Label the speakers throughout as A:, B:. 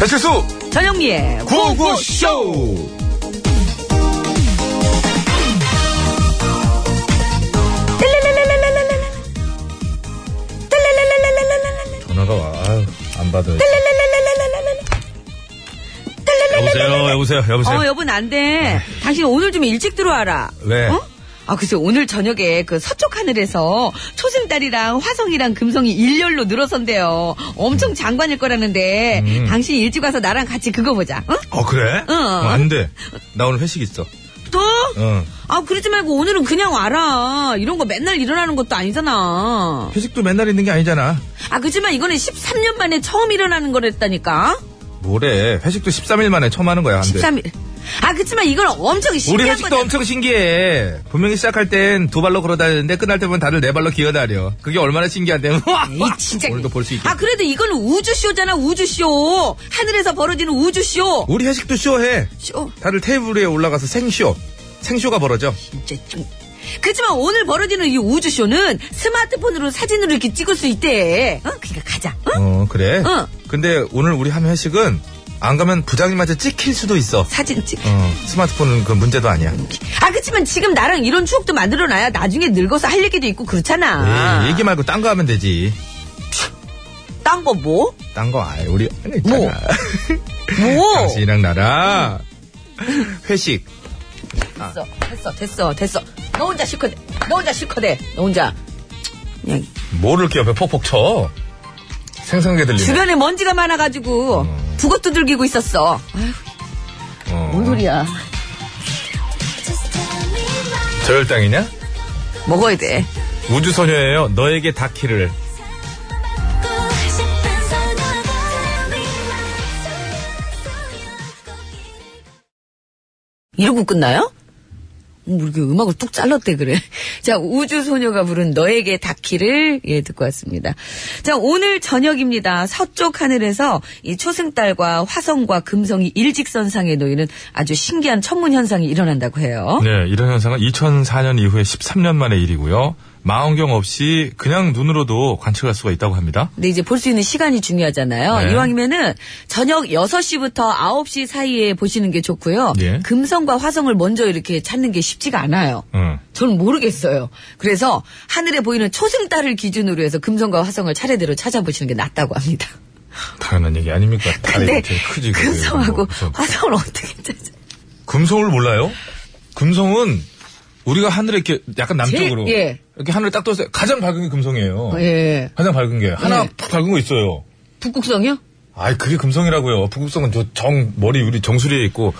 A: 배칠수
B: 전영미의
A: 구호구쇼 전화가 와. 아유, 안 받아요. 여보세요, 여보세요, 여보세요.
B: 어, 여보, 안 돼. 당신 오늘 좀 일찍 들어와라.
A: 왜?
B: 어? 아, 글쎄, 오늘 저녁에 그 서쪽 하늘에서 초승달이랑 화성이랑 금성이 일렬로 늘어선대요. 엄청 장관일 거라는데,
A: 음.
B: 당신 일찍 와서 나랑 같이 그거 보자. 응?
A: 어, 그래?
B: 응.
A: 어, 안 돼. 나 오늘 회식 있어.
B: 또?
A: 응.
B: 아, 그러지 말고 오늘은 그냥 와라. 이런 거 맨날 일어나는 것도 아니잖아.
A: 회식도 맨날 있는 게 아니잖아.
B: 아, 그지만 이거는 13년 만에 처음 일어나는 거랬다니까.
A: 뭐래. 회식도 13일 만에 처음 하는 거야. 안 돼.
B: 13일. 아, 그치만 이건 엄청
A: 우리
B: 신기한
A: 회식도
B: 거잖아.
A: 엄청 신기해. 분명히 시작할 땐 두 발로 걸어다니는데 끝날 때 보면 다들 네 발로 기어다녀. 그게 얼마나 신기한데.
B: 아, 에이, 진짜.
A: 오늘도 볼 수 있게.
B: 아, 그래도 이건 우주쇼잖아, 우주쇼. 하늘에서 벌어지는 우주쇼.
A: 우리 회식도 쇼해.
B: 쇼.
A: 다들 테이블 위에 올라가서 생쇼. 생쇼가 벌어져.
B: 진짜 좀. 그치만 오늘 벌어지는 이 우주쇼는 스마트폰으로 사진으로 이렇게 찍을 수 있대. 어? 그니까 가자. 어?
A: 어, 그래?
B: 응.
A: 근데 오늘 우리 한 회식은 안 가면 부장님한테 찍힐 수도 있어.
B: 사진 찍.
A: 어, 스마트폰은 그 문제도 아니야.
B: 아, 그치만 지금 나랑 이런 추억도 만들어놔야 나중에 늙어서 할 얘기도 있고 그렇잖아.
A: 에이, 네, 얘기 말고 딴 거 하면 되지.
B: 딴거 뭐?
A: 딴 거 아예 우리 아니, 있잖아.
B: 뭐? 뭐?
A: 당신이랑 나랑
B: 음.
A: 회식.
B: 됐어, 됐어, 됐어, 됐어. 너 혼자 실컷해. 너 혼자 실컷해. 너 혼자. 그냥
A: 뭐를 이렇게 옆에 퍽퍽 쳐? 생생하게 들리네.
B: 주변에 먼지가 많아가지고
A: 음.
B: 북엇 두들기고 있었어. 아휴,
A: 어.
B: 뭔 소리야.
A: 저혈당이냐?
B: 먹어야 돼.
A: 우주소녀예요. 너에게 다키를.
B: 이러고 끝나요? 뭐 이렇게 음악을 뚝 잘랐대 그래. 자 우주소녀가 부른 너에게 닿기를 예 듣고 왔습니다. 자 오늘 저녁입니다. 서쪽 하늘에서 이 초승달과 화성과 금성이 일직선상에 놓이는 아주 신기한 천문 현상이 일어난다고 해요.
A: 네, 이런 현상은 2004년 이후에 13년 만의 일이고요. 망원경 없이 그냥 눈으로도 관측할 수가 있다고 합니다.
B: 근데 이제 볼 수 있는 시간이 중요하잖아요.
A: 네.
B: 이왕이면은 저녁 6시부터 9시 사이에 보시는 게 좋고요.
A: 예.
B: 금성과 화성을 먼저 이렇게 찾는 게 쉽지가 않아요.
A: 응.
B: 저는 모르겠어요. 그래서 하늘에 보이는 초승달을 기준으로 해서 금성과 화성을 차례대로 찾아보시는 게 낫다고 합니다.
A: 당연한 얘기 아닙니까? 다리
B: 근데
A: 되게 크지, 그게.
B: 금성하고
A: 뭐, 무슨-
B: 화성을 어떻게 찾아?
A: 금성을 몰라요? 금성은 우리가 하늘에 이렇게 약간 남쪽으로
B: 제일- 예.
A: 이렇게 하늘을 딱 떴을 때 가장 밝은 게 금성이에요.
B: 예.
A: 가장 밝은 게 하나
B: 예.
A: 푹 밝은 거 있어요.
B: 북극성이요?
A: 아이 그게 금성이라고요. 북극성은 저 정 머리 우리 정수리에 있고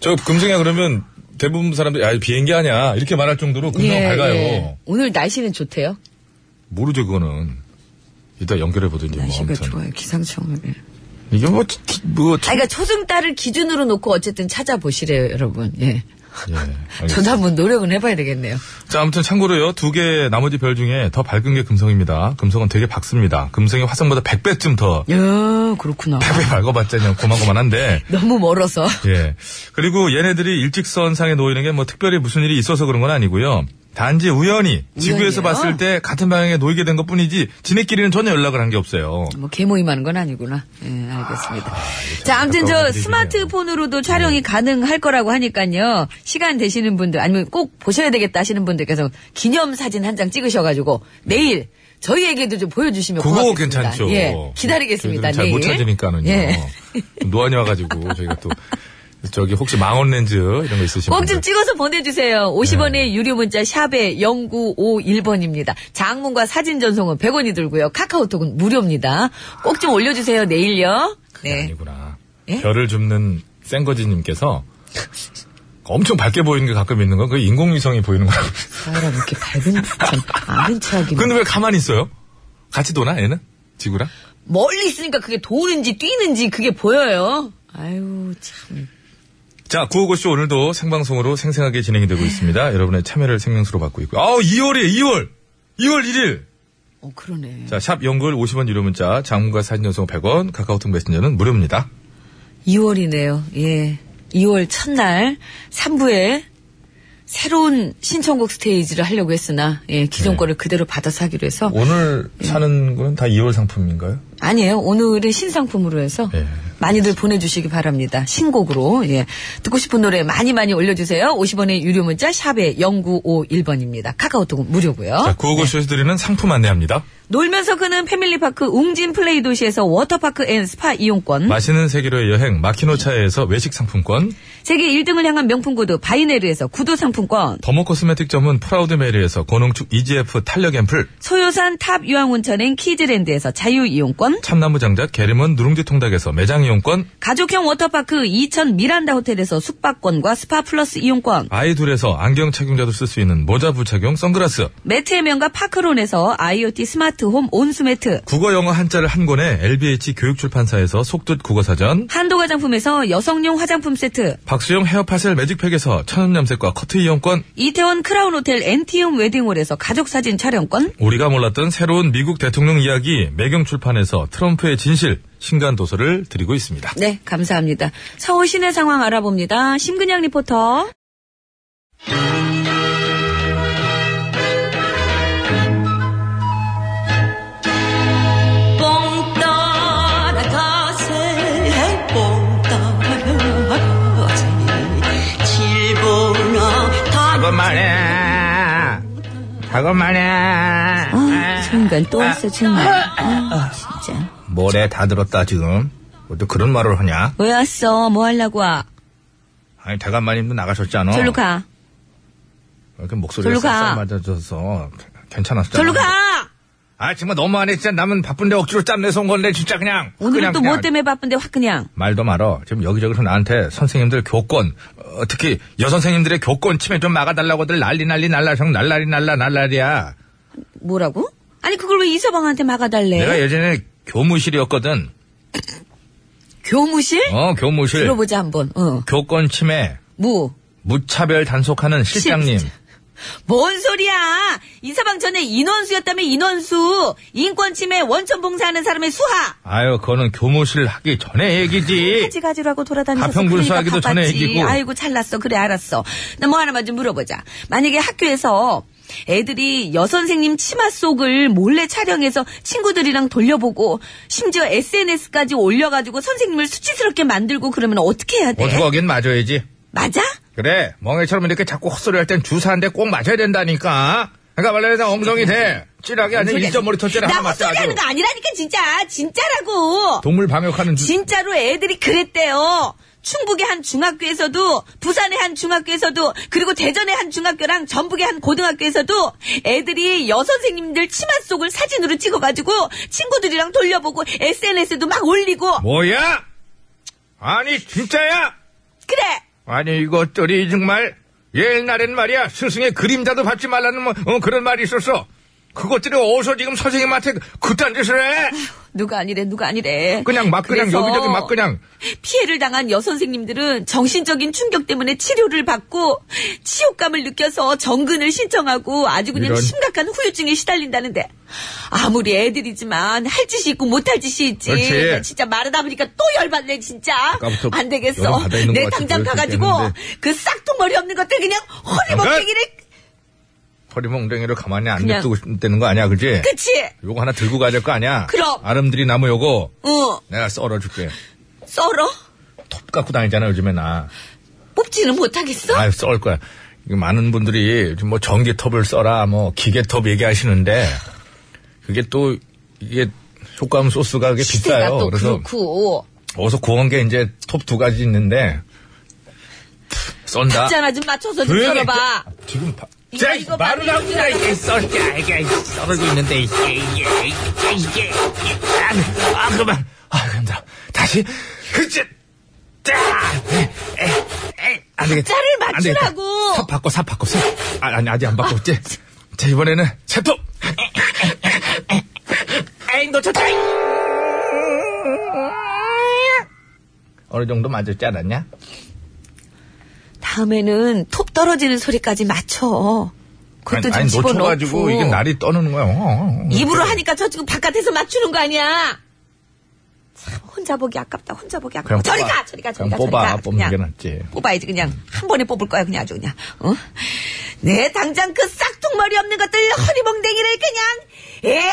A: 저 금성이야 그러면 대부분 사람들이 아 비행기 아니야 이렇게 말할 정도로 금성
B: 예,
A: 은 밝아요. 예,
B: 예. 오늘 날씨는 좋대요.
A: 모르죠 그거는. 이따 연결해 보든지 뭐
B: 날씨가
A: 아무튼
B: 좋아요. 기상청을.
A: 이게 뭐뭐 뭐,
B: 아, 그러니까 초승달을 기준으로 놓고 어쨌든 찾아보시래요, 여러분. 예.
A: 예, 알겠습니다.
B: 저도 한번 노력은 해봐야 되겠네요.
A: 자, 아무튼 참고로요. 두 개 나머지 별 중에 더 밝은 게 금성입니다. 금성은 되게 밝습니다. 금성이 화성보다 100배쯤 더
B: 야, 그렇구나.
A: 100배 밝아봤자 그냥 고만고만한데.
B: 너무 멀어서.
A: 예. 그리고 얘네들이 일직선상에 놓이는 게 뭐 특별히 무슨 일이 있어서 그런 건 아니고요. 단지 우연히 지구에서
B: 우연이요?
A: 봤을 때 같은 방향에 놓이게 된 것 뿐이지 지네끼리는 전혀 연락을 한 게 없어요.
B: 뭐 개모임하는 건 아니구나. 예, 알겠습니다. 자, 아무튼
A: 안타까운
B: 저
A: 일이네요.
B: 스마트폰으로도 촬영이 가능할 거라고 하니까요. 시간 되시는 분들 아니면 꼭 보셔야 되겠다 하시는 분들께서 기념 사진 한 장 찍으셔가지고 내일 저희에게도 좀 보여주시면
A: 그거
B: 고맙겠습니다.
A: 괜찮죠.
B: 예, 기다리겠습니다.
A: 잘못
B: 내일.
A: 찾으니까는요.
B: 예.
A: 노안이 와가지고 저희가 또 저기 혹시 망원 렌즈 이런 거 있으시면
B: 꼭 좀 찍어서 보내주세요. 50원의
A: 네.
B: 유료 문자 샵에 0951번입니다. 장문과 사진 전송은 100원이 들고요. 카카오톡은 무료입니다. 꼭 좀 올려주세요. 내일요. 네.
A: 아니구나.
B: 예?
A: 별을 줍는 생거지님께서 엄청 밝게 보이는 게 가끔 있는 건 그 인공위성이 보이는 거라고.
B: 사람 이렇게 밝은 참 아는 척이
A: 근데 왜 가만히 있어요? 같이 도나 얘는? 지구랑?
B: 멀리 있으니까 그게 도는지 뛰는지 그게 보여요. 아유 참.
A: 자, 구호고쇼 오늘도 생방송으로 생생하게 진행이 되고 있습니다. 여러분의 참여를 생명수로 받고 있고. 아우, 2월이에요, 2월! 2월 1일!
B: 어 그러네.
A: 자, 샵 연글 50원 유료 문자, 장문과 사진 연속 100원, 카카오톡 메신저는 무료입니다.
B: 2월이네요. 예. 2월 첫날 3부에 새로운 신청곡 스테이지를 하려고 했으나 예, 기존
A: 네.
B: 거를 그대로 받아서 하기로 해서
A: 오늘 사는 거는 다 2월 상품인가요?
B: 아니에요. 오늘은 신상품으로 해서
A: 예.
B: 많이들 보내주시기 바랍니다. 신곡으로 예. 듣고 싶은 노래 많이 많이 올려주세요. 50원의 유료 문자 샵에 0951번입니다. 카카오톡은 무료고요.
C: 자, 구호고쇼에서 드리는 상품 안내합니다.
B: 놀면서 그는 패밀리파크 웅진 플레이 도시에서 워터파크 앤 스파 이용권.
C: 마시는 세계로의 여행 마키노차에서 외식 상품권,
B: 세계 1등을 향한 명품 구두 바이네르에서 구두 상품권.
C: 더모 코스메틱 점은 프라우드 메리에서 고농축 EGF 탄력 앰플,
B: 소요산 탑 유황온천행 키즈랜드에서 자유이용권.
C: 참나무 장작 게림은 누룽지 통닭에서 매장 이용권,
B: 가족형 워터파크 이천 미란다 호텔에서 숙박권과 스파 플러스 이용권.
C: 아이 둘에서 안경 착용자도 쓸 수 있는 모자 부착용 선글라스,
B: 매트의 명가 파크론에서 IoT 스마트홈 온수매트.
C: 국어 영어 한자를 한 권에 LBH 교육출판사에서 속뜻 국어사전,
B: 한도 화장품에서 여성용 화장품 세트.
C: 박수영 헤어파셀 매직팩에서 천연 염색과 커트 이용권,
B: 이태원 크라운 호텔 엔티움 웨딩홀에서 가족사진 촬영권.
C: 우리가 몰랐던 새로운 미국 대통령 이야기 매경 출판에서 트럼프의 진실 신간 도서를 드리고 있습니다.
B: 네, 감사합니다. 서울 시내 상황 알아봅니다. 심근양 리포터.
A: 말이야. 작업 말이야.
B: 아, 정말 또 왔어, 정말. 아, 진짜.
A: 뭐래 다 들었다 지금.
C: 뭐
A: 또 그런 말을 하냐?
B: 왜 왔어? 뭐 하려고 와?
A: 아니 대감마님도 나가셨잖아.
B: 절로 가.
A: 이렇게 목소리가
B: 절로 가.
A: 싹싹 맞아져서 괜찮았잖아.
B: 절로 가!
A: 아 정말 너무하네 진짜 남은 바쁜데 억지로 짬내서 온 건데 진짜 그냥.
B: 오늘은
A: 그냥,
B: 또 뭐
A: 그냥.
B: 때문에 바쁜데 확 그냥.
A: 말도 말어. 지금 여기저기서 나한테 선생님들 교권, 어, 특히 여선생님들의 교권 침해 좀 막아달라고들 난리 난리 날라성 날라리 날라 날라리야.
B: 뭐라고? 아니, 그걸 왜 이서방한테 막아달래?
A: 내가 예전에 교무실이었거든.
B: 교무실?
A: 어, 교무실.
B: 들어보자, 한번. 어.
A: 교권 침해,
B: 뭐?
A: 무차별 단속하는 실장님.
B: 실- 뭔 소리야! 이서방 전에 인원수였다며, 인원수! 인권침해 원천봉사하는 사람의 수하!
A: 아유, 그거는 교무실 하기 전에
B: 아,
A: 얘기지.
B: 가지가지라고 돌아다니셔서
A: 가평군수하기도
B: 그러니까
A: 전에
B: 바빴지.
A: 얘기고.
B: 아이고 잘났어 그래 알았어 나 뭐 하나만 좀 물어보자 만약에 학교에서 애들이 여선생님 치마 속을 몰래 촬영해서 친구들이랑 돌려보고 심지어 SNS까지 올려가지고 선생님을 수치스럽게 만들고 그러면 어떻게 해야 돼?
A: 어떡하긴 맞아야지.
B: 맞아?
A: 그래, 멍해처럼 이렇게 자꾸 헛소리 할 땐 주사한데 꼭 맞아야 된다니까. 그러니까 말로 해서 엉덩이 대. 찌라기 아니야.
B: 소리야.
A: 1.5리터짜리 하나
B: 나
A: 맞자.
B: 헛소리
A: 아주.
B: 하는 거 아니라니까 진짜 진짜라고
A: 동물 방역하는 주...
B: 진짜로 애들이 그랬대요. 충북의 한 중학교에서도 부산의 한 중학교에서도 그리고 대전의 한 중학교랑 전북의 한 고등학교에서도 애들이 여선생님들 치마 속을 사진으로 찍어가지고 친구들이랑 돌려보고 SNS에도 막 올리고
A: 뭐야? 아니, 진짜야?
B: 그래
A: 아니, 이것들이 정말 옛날엔 말이야. 스승의 그림자도 받지 말라는 뭐, 어, 그런 말이 있었어. 그것들이 어디서 지금 선생님한테 그딴 짓을 해?
B: 누가 아니래 누가 아니래
A: 그냥 막 그냥
B: 그래서
A: 여기저기 막 그냥
B: 피해를 당한 여선생님들은 정신적인 충격 때문에 치료를 받고 치욕감을 느껴서 정근을 신청하고 아주 그냥
A: 이런.
B: 심각한 후유증에 시달린다는데 아무리 애들이지만 할 짓이 있고 못 할 짓이 있지
A: 그렇지.
B: 나 진짜 말하다 보니까 또 열받네 진짜
A: 아까부터
B: 안
A: 여러
B: 되겠어
A: 가다 있는
B: 내
A: 것 같이
B: 당장
A: 보였을
B: 가가지고
A: 때였는데.
B: 그 싹퉁머리 없는 것들 그냥 허리멍텅이를
A: 허리멍댕이를 가만히 안
B: 그냥.
A: 냅두고 있다는 거 아니야, 그지?
B: 그치
A: 요거 하나 들고 가야 될 거 아니야?
B: 그럼.
A: 아름드리 나무 요거
B: 어
A: 내가 썰어줄게.
B: 썰어
A: 톱 갖고 다니잖아, 요즘에 나.
B: 뽑지는 못하겠어
A: 아유, 썰 거야. 이거 많은 분들이 요즘 뭐 전기톱을 써라, 뭐 기계톱 얘기하시는데 그게 또 이게 효과음 소스가 그게
B: 시세가
A: 비싸요.
B: 또
A: 그래서
B: 그렇고
A: 어서 구한 게 이제 톱 두 가지 있는데 썬다.
B: 박자 하나 좀 맞춰서 좀
A: 조용히
B: 썰어봐
A: 해. 지금 봐.
B: 이거, 이거 봐,
A: 말을
B: 이거
A: 하고
B: 이거.
A: 이게 썰게 이게 썰고 있는데 이게 이게 이게 이게 이게. 아, 아 그만 아 힘들어 다시 그치 네. 짜안 되겠다
B: 박자를
A: 안 되겠다.
B: 맞추라고.
A: 삽 바꿔 삽 바꿔 삽 아, 아니 아직 안 바꿨지 자 이번에는 새톱 에이 놓쳤다 어느 정도 맞았지 않았냐?
B: 다음에는 톱 떨어지는 소리까지 맞춰. 그것도
A: 아니,
B: 좀
A: 아니,
B: 집어넣고.
A: 놓쳐가지고 이게 날이 떠는 거야. 어, 어, 어.
B: 입으로 하니까 저 지금 바깥에서 맞추는 거 아니야. 참 혼자 보기 아깝다. 혼자 보기 아깝다.
A: 그냥
B: 저리
A: 뽑아.
B: 가, 저리 가, 저리 가.
A: 그냥
B: 저리
A: 뽑아.
B: 가.
A: 뽑는
B: 그냥
A: 게 낫지.
B: 뽑아야지 그냥 한 번에 뽑을 거야 그냥 아주 그냥. 어? 네 당장 그 싹퉁머리 없는 것들 허리멍댕이를 그냥 에이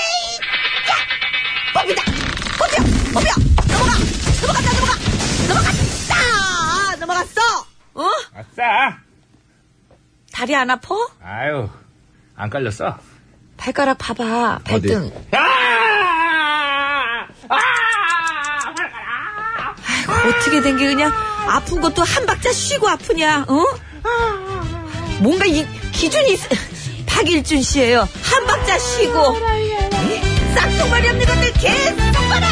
B: 야! 뽑이다. 뽑혀, 뽑혀. 넘어가, 넘어간다, 넘어가. 넘어갔다! 넘어갔어! 어?
A: 아싸!
B: 다리 안 아파?
A: 아유, 안 깔렸어?
B: 발가락 봐봐. 발등.
A: 아! 아!
B: 아이고, 어떻게 된 게 그냥 아픈 것도 한 박자 쉬고 아프냐, 어? 뭔가 이 기준이, 있- 박일준 씨예요. 한 박자 쉬고. 쌍통발이 없는 것들 계속 봐라!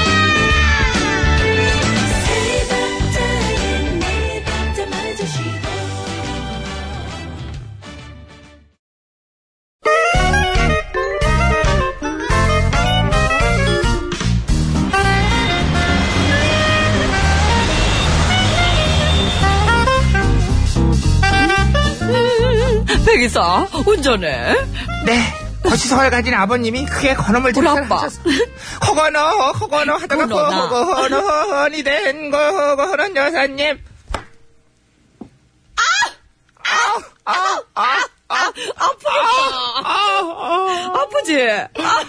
B: 백이사, 운전해.
A: 네. 거시성을 가진 아버님이 크게 건어물
B: 우리
A: 장사를
B: 아빠.
A: 하셨어. 허건어, 허건어 하다가
B: 건어나.
A: 허건어니 된 거, 허건어 여사님. 아! 아! 아!
B: 아, 아파.
A: 아! 아!
B: 아프지? 아,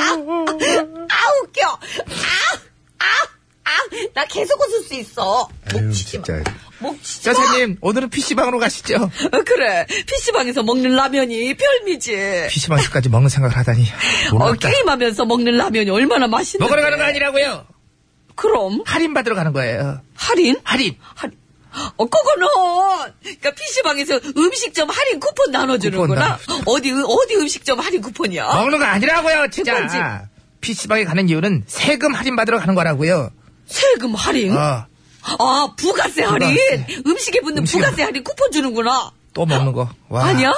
B: 아, 웃겨. 아, 아, 아. 나 계속 웃을 수 있어. 목
A: 아유,
B: 치지 마.
A: 진짜.
B: 목 치지 마.
A: 여사님, 오늘은 PC방으로 가시죠.
B: 어, 그래. PC방에서 먹는 라면이 별미지.
A: PC방에서까지 먹는 생각을 하다니.
B: 어,
A: 놀랍다.
B: 게임하면서 먹는 라면이 얼마나 맛있는데.
A: 먹으러 가는 거 아니라고요.
B: 그럼,
A: 할인받으러 가는 거예요.
B: 할인?
A: 할인.
B: 할인. 어, 그거는, 그니까, PC방에서 음식점 할인 쿠폰 나눠주는구나.
A: 쿠폰
B: 어디, 어디 음식점 할인 쿠폰이야?
A: 먹는 거 아니라고요,
B: 그건지.
A: 진짜. PC방에 가는 이유는 세금 할인받으러 가는 거라고요.
B: 세금 할인?
A: 어,
B: 아, 부가세 할인?
A: 부가세.
B: 음식에 붙는
A: 음식에
B: 부가세 할인 쿠폰 주는구나.
A: 또 먹는 거. 와.
B: 아니야?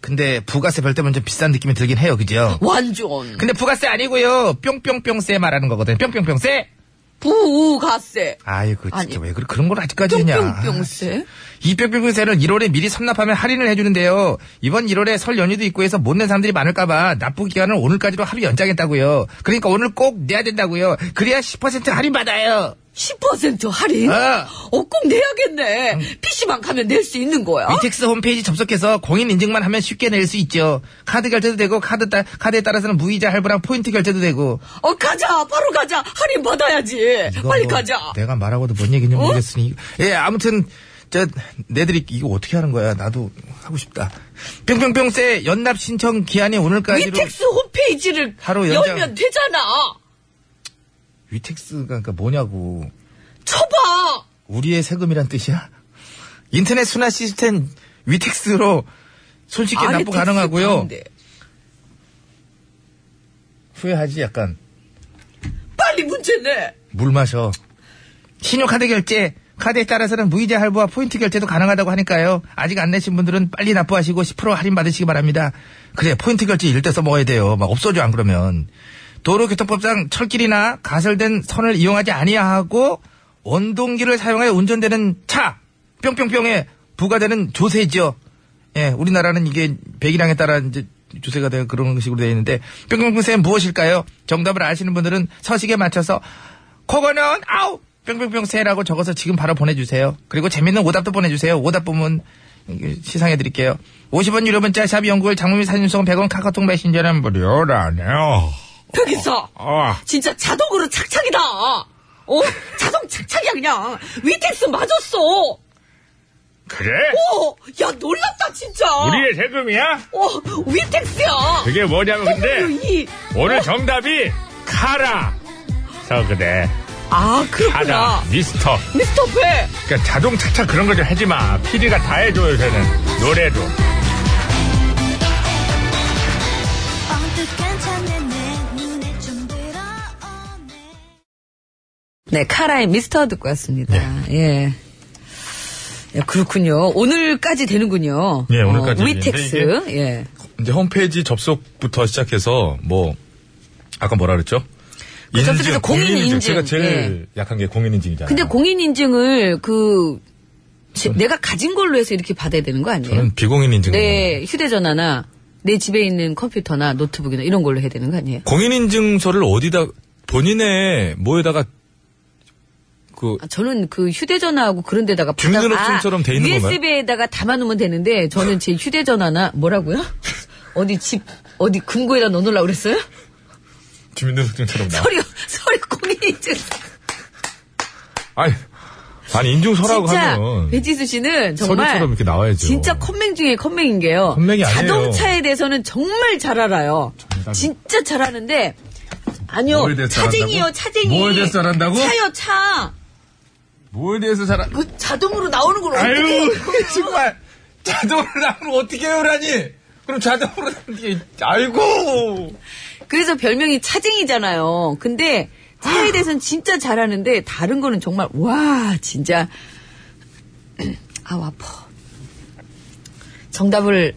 A: 근데 부가세 별 때면 좀 비싼 느낌이 들긴 해요,
B: 어.
A: 그죠?
B: 완전.
A: 근데 부가세 아니고요. 뿅뿅뿅세 말하는 거거든요. 뿅뿅뿅세.
B: 부가세.
A: 아이고, 진짜
B: 아니.
A: 왜 그래, 그런 걸 아직까지 했냐.
B: 뿅뿅뿅세.
A: 이 뿅뿅뿅세는 1월에 미리 선납하면 할인을 해주는데요. 이번 1월에 설 연휴도 있고 해서 못 낸 사람들이 많을까봐 납부 기간을 오늘까지로 하루 연장했다고요. 그러니까 오늘 꼭 내야 된다고요. 그래야 10% 할인 받아요.
B: 10% 할인?
A: 어.
B: 어, 꼭 내야겠네. PC방 가면 낼 수 있는 거야?
A: 위텍스 음. 홈페이지 접속해서 공인 인증만 하면 쉽게 낼 수 있죠. 카드 결제도 되고 카드 따, 카드에 따라서는 무이자 할부랑 포인트 결제도 되고.
B: 어, 가자. 바로 가자. 할인 받아야지.
A: 이거
B: 빨리
A: 뭐
B: 가자. 어?
A: 내가 말하고도 뭔 얘기인지 모르겠으니. 예, 아무튼 저 내들이 이거 어떻게 하는 거야? 나도 하고 싶다. 뿅뿅뿅세 연납 신청 기한이 오늘까지로
B: 위텍스 홈페이지를
A: 하루 연장.
B: 열면 되잖아.
A: 위텍스가 그러니까 뭐냐고.
B: 쳐봐.
A: 우리의 세금이란 뜻이야? 인터넷 순환 시스템 위텍스로 손쉽게 납부
B: 아래텍스
A: 가능하고요.
B: 가운데.
A: 후회하지 약간.
B: 빨리 문제 내.
A: 물 마셔. 신용카드 결제, 카드에 따라서는 무이자 할부와 포인트 결제도 가능하다고 하니까요. 아직 안 내신 분들은 빨리 납부하시고 10% 할인 받으시기 바랍니다. 그래, 포인트 결제 이럴 때 써먹어야 돼요. 막 없어져, 안 그러면. 도로교통법상 철길이나 가설된 선을 이용하지 아니하고 원동기를 사용하여 운전되는 차, 뿅뿅뿅에 부과되는 조세죠. 예, 우리나라는 이게 배기량에 따라 이제 조세가 되는 그런 식으로 되어 있는데 뿅뿅뿅쌤 무엇일까요? 정답을 아시는 분들은 서식에 맞춰서 코거는 아우 뿅뿅뿅쌤라고 적어서 지금 바로 보내주세요. 그리고 재밌는 오답도 보내주세요. 오답 보면 이게 시상해드릴게요. 50원 유료 문자 샵 연구일 장미 사진송 100원 카카오톡 메신저는 무료라네요.
B: 여기서.
A: 아,
B: 진짜 자동으로 착착이다. 어, 자동 착착이야 그냥. 위텍스 맞았어. 오,
A: 그래?
B: 야 놀랍다 진짜.
A: 세금이야?
B: 어, 위텍스야. 어,
A: 그게 뭐냐면
B: 이.
A: 오늘 정답이 카라. 서 그래.
B: 아 그렇구나.
A: 미스터.
B: 미스터 페.
A: 그러니까 자동 착착 그런 거 좀 하지 마. PD가 다 해줘 요새는 노래도.
D: 언뜻 괜찮네 내 눈에 좀 들어오네
B: 네, 카라의 미스터 듣고 왔습니다.
C: 네.
B: 예. 예, 그렇군요. 오늘까지 되는군요.
C: 예, 오늘까지
B: 어, 위텍스.
C: 되는데
B: 예.
C: 이제 홈페이지 접속부터 시작해서 뭐 아까 뭐라 그랬죠?
B: 그 접속해서 공인 인증. 예.
C: 제가 제일 약한 게 공인 인증이잖아요.
B: 근데 공인 인증을 그 제- 내가 가진 걸로 해서 이렇게 받아야 되는 거 아니에요?
C: 저는 네. 비공인 인증.
B: 내 휴대전화나 내 집에 있는 컴퓨터나 노트북이나 이런 걸로 해야 되는 거 아니에요?
C: 공인 인증서를 어디다 본인의 뭐에다가 그
B: 아, 저는 그 휴대전화하고 그런 데다가
C: 주민등록증처럼 돼 있는 건가요?
B: USB에다가 담아놓으면 되는데 저는 제 휴대전화나 뭐라고요? 어디 집 어디 금고에다 넣어놓으려고 그랬어요?
E: 주민등록증처럼 나.
B: 서류, 서류 공인인증.
E: 아니, 아니 인증서라고
B: 진짜,
E: 하면
B: 배지수 씨는 정말.
E: 서류처럼 이렇게 나와야죠.
B: 진짜 컴맹 중에 컴맹인 게요.
E: 컴맹이 아니에요.
B: 자동차에 대해서는 정말 잘 알아요.
E: 정답이-
B: 진짜 잘하는데 아니요.
E: 뭐에 대해서
B: 차쟁이요,
E: 잘한다고?
B: 차쟁이.
E: 뭐에 대해서 잘한다고?
B: 차요, 차.
E: 뭐에 대해서 잘 아-
B: 그 자동으로 나오는 걸 어떻게
E: 아유,
B: 알고 있어?
E: 정말. 자동으로 나오면 어떻게 해요라니. 그럼 자동으로 나오는 게, 아이고.
B: 그래서 별명이 차쟁이잖아요. 근데 차에 대해서는 진짜 잘하는데 다른 거는 정말 와 진짜 아우 아파. 정답을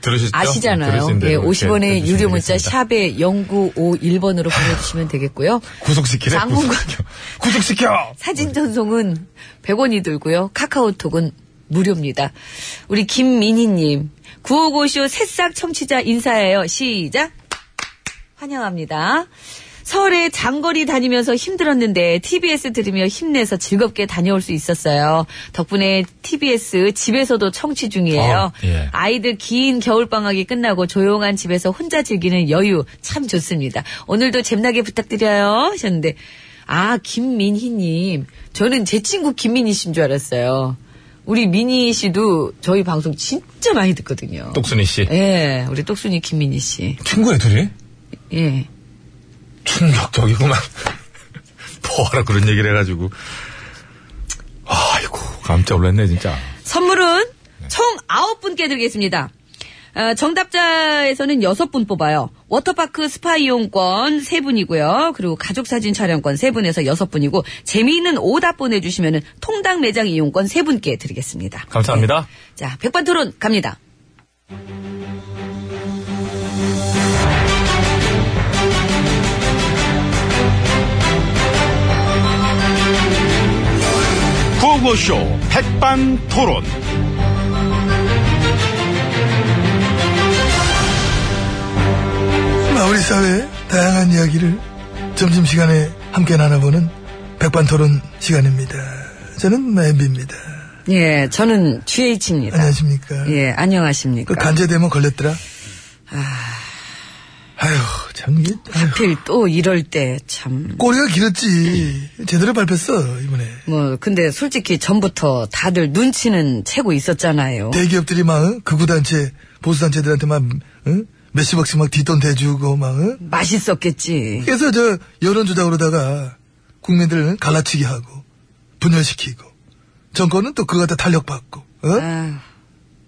E: 들으셨죠? 네,
B: 아시잖아요.
E: 들으신 대로
B: 예,
E: 이렇게
B: 50원의
E: 해주시면
B: 유료 문자
E: 되겠습니다.
B: 샵에 0951번으로 보내주시면 되겠고요.
E: 구속시키래.
B: 장문과-
E: 구속시켜. 구속시켜.
B: 사진 전송은 100원이 들고요. 카카오톡은 무료입니다. 우리 김민희님, 9555쇼 새싹 청취자 인사해요. 시작! 환영합니다. 서울에 장거리 다니면서 힘들었는데 TBS 들으며 힘내서 즐겁게 다녀올 수 있었어요. 덕분에 TBS 집에서도 청취 중이에요.
E: 어, 예.
B: 아이들 긴 겨울방학이 끝나고 조용한 집에서 혼자 즐기는 여유 참 좋습니다. 오늘도 잼나게 부탁드려요 하셨는데 아 김민희님 저는 제 친구 김민희 씨인 줄 알았어요. 우리 민희 씨도 저희 방송 진짜 많이 듣거든요.
E: 똑순이 씨.
B: 예, 우리 똑순이 김민희 씨.
E: 친구 애들이?
B: 예.
E: 충격적이구만. 뭐하라 그런 얘기를 해가지고. 아이고, 깜짝 놀랐네, 진짜.
B: 선물은
E: 네.
B: 총 9분께 드리겠습니다. 어, 정답자에서는 6분 뽑아요. 워터파크 스파 이용권 3분이고요. 그리고 가족사진 촬영권 3분에서 6분이고 재미있는 오답 보내주시면 통당 매장 이용권 3분께 드리겠습니다. 네.
E: 감사합니다.
B: 자, 백반토론 갑니다.
C: 구호쇼 백반 토론.
F: 우리 사회의 다양한 이야기를 점심시간에 함께 나눠보는 백반토론 시간입니다. 저는 엠비입니다.
B: 예, 저는 GH입니다.
F: 안녕하십니까.
B: 예, 안녕하십니까.
F: 그 간제되면 걸렸더라. 아휴, 참, 이게, 아휴,
B: 하필 또 이럴 때 참.
F: 꼬리가 길었지. 제대로 밟혔어, 이번에.
B: 뭐, 근데 솔직히 전부터 다들 눈치는 채고 있었잖아요.
F: 대기업들이 막, 어? 극우단체, 보수단체들한테 막, 어? 몇십억씩 막 뒷돈 대주고, 막, 어?
B: 맛있었겠지.
F: 그래서 저, 여론조작으로다가, 국민들을 갈라치기 하고, 분열시키고, 정권은 또 그거 갖다 탄력받고, 어?
B: 아휴, 예,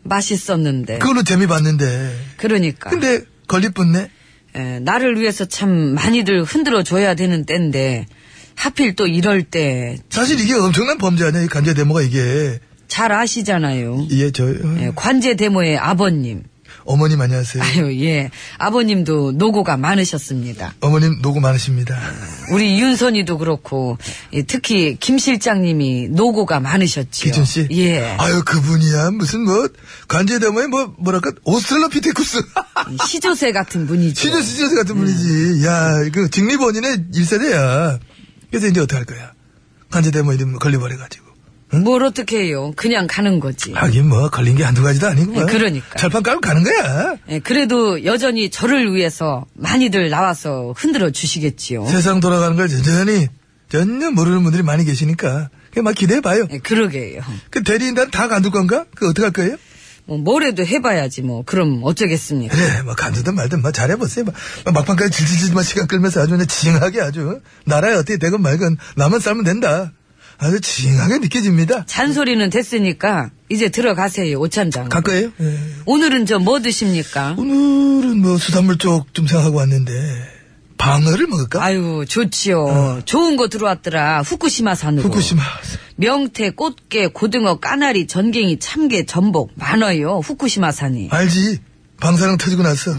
B: 맛있었는데.
F: 그걸로 재미 봤는데.
B: 그, 러니까
F: 근데, 걸리뿐네?
B: 에, 나를 위해서 참 많이들 흔들어 줘야 되는 때인데 하필 또 이럴 때 잘
F: 사실 이게 엄청난 범죄 아니야, 이 간제 데모가 이게.
B: 아시잖아요.
F: 이게 저, 어,
B: 예, 관제 데모의 아버님.
F: 어머님 안녕하세요.
B: 아유 예, 아버님도 노고가 많으셨습니다.
F: 어머님 노고 많으십니다.
B: 아, 예. 우리 윤선이도 그렇고 예, 특히 김 실장님이 노고가 많으셨지요.
F: 기준 씨.
B: 예,
F: 아유 그분이야 무슨 뭐 간제 데모에 뭐 뭐랄까 오스트랄로피테쿠스
B: 시조새 같은 분이죠.
F: 시저 시저스 같은 분이지. 야그 직리본인의 일세대야. 그래서 이제 어떻게 할 거야? 간제 데모 이름 걸려버려 가지고.
B: 뭘 어떻게 해요? 그냥 가는 거지.
F: 하긴 뭐 걸린 게 한두 가지도 아니고. 뭐.
B: 예, 그러니까.
F: 철판 깔고 가는 거야.
B: 예, 그래도 여전히 저를 위해서 많이들 나와서 흔들어 주시겠지요.
F: 세상 돌아가는 걸 전혀 전혀 모르는 분들이 많이 계시니까 그냥 막 기대해 봐요.
B: 예, 그러게요.
F: 그 대리인단 다 간둘 건가? 그 어떻게 할 거예요?
B: 뭐 뭐래도 해봐야지 뭐 그럼 어쩌겠습니까?
F: 그래, 뭐, 간주든 말든, 뭐, 잘해보세요. 막, 막 막판까지 질질질만 시간 끌면서 아주 그냥 징하게 아주, 나라에 어떻게 되건 말건, 나만 살면 된다. 아주 징하게 느껴집니다.
B: 잔소리는 됐으니까 이제 들어가세요 오찬장.
F: 갈 거예요? 예.
B: 오늘은 저 뭐 드십니까?
F: 오늘은 뭐, 수산물 쪽 좀 생각하고 왔는데, 방어를 먹을까?
B: 아유 좋지요. 좋은 거 들어왔더라 어. 후쿠시마산으로.
F: 후쿠시마.
B: 명태, 꽃게, 고등어, 까나리, 전갱이, 참게, 전복 많아요 후쿠시마산이.
F: 알지? 방사능 터지고 나서.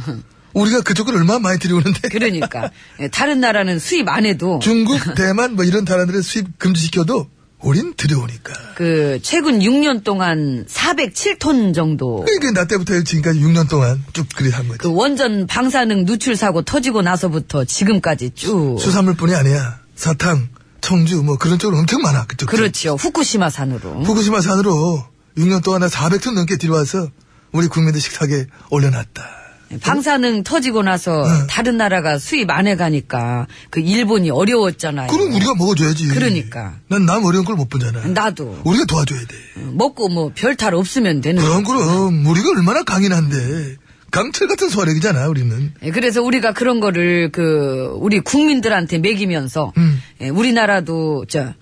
F: 우리가 그쪽을 얼마나 많이 들여오는데.
B: 그러니까 예, 다른 나라는 수입 안 해도
F: 중국, 대만, 뭐, 이런 나라들의 수입 금지시켜도, 우린 들여오니까.
B: 그 최근 6년 동안 407톤 정도
F: 그러니까, 나 때부터 지금까지 6년 동안 쭉 그리 한 거지.
B: 그 원전 방사능 누출 사고 터지고 나서부터 지금까지 쭉
F: 수산물뿐이 아니야. 사탕, 청주 뭐 그런 쪽으로 엄청 많아. 그쪽.
B: 그렇지요 후쿠시마 산으로
F: 후쿠시마 산으로 6년 동안 400톤 넘게 들여와서 우리 국민들 식탁에 올려놨다.
B: 방사능 터지고 나서
F: 네.
B: 다른 나라가 수입 안 해가니까 그 일본이 어려웠잖아요.
F: 그럼 우리가 먹어줘야지.
B: 그러니까.
F: 난 남 어려운 걸 못 보잖아.
B: 나도
F: 우리가 도와줘야 돼.
B: 먹고 뭐 별 탈 없으면 되는.
F: 그럼 그럼 우리가 얼마나 강인한데 강철 같은 소화력이잖아 우리는.
B: 예, 그래서 우리가 그런 거를 그 우리 국민들한테 먹이면서
F: 음.
B: 예, 우리나라도 저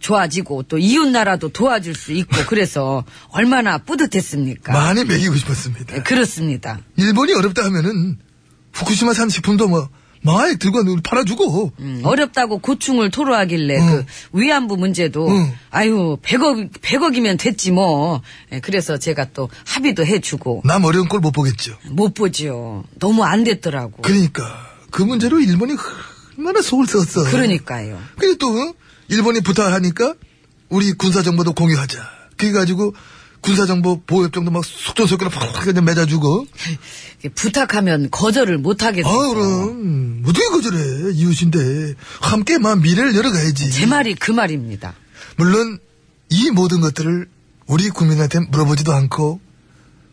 B: 좋아지고 또 이웃 나라도 도와줄 수 있고 그래서 얼마나 뿌듯했습니까?
F: 많이 먹이고 싶었습니다.
B: 예, 아. 그렇습니다.
F: 일본이 어렵다 하면은 후쿠시마산 식품도 뭐 마에 들고 와서 우리 팔아주고
B: 음, 어렵다고 고충을 토로하길래
F: 음.
B: 그 위안부 문제도
F: 음.
B: 아유 100억 100억이면 됐지 뭐. 예, 그래서 제가 또 합의도 해주고
F: 남 어려운 걸 못 보겠죠.
B: 못 보지요. 너무 안 됐더라고.
F: 그러니까 그 문제로 일본이 얼마나 속을 썼어.
B: 그러니까요.
F: 근데 또 어? 일본이 부탁하니까 우리 군사 정보도 공유하자. 그래 가지고 군사 정보 보호 협정도 막 속전속결로 팍팍 그냥 맺어주고.
B: 부탁하면 거절을 못 하게 돼서.
F: 아 그럼 어떻게 거절해 이웃인데 함께 막 미래를 열어가야지.
B: 제 말이 그 말입니다.
F: 물론 이 모든 것들을 우리 국민한테 물어보지도 않고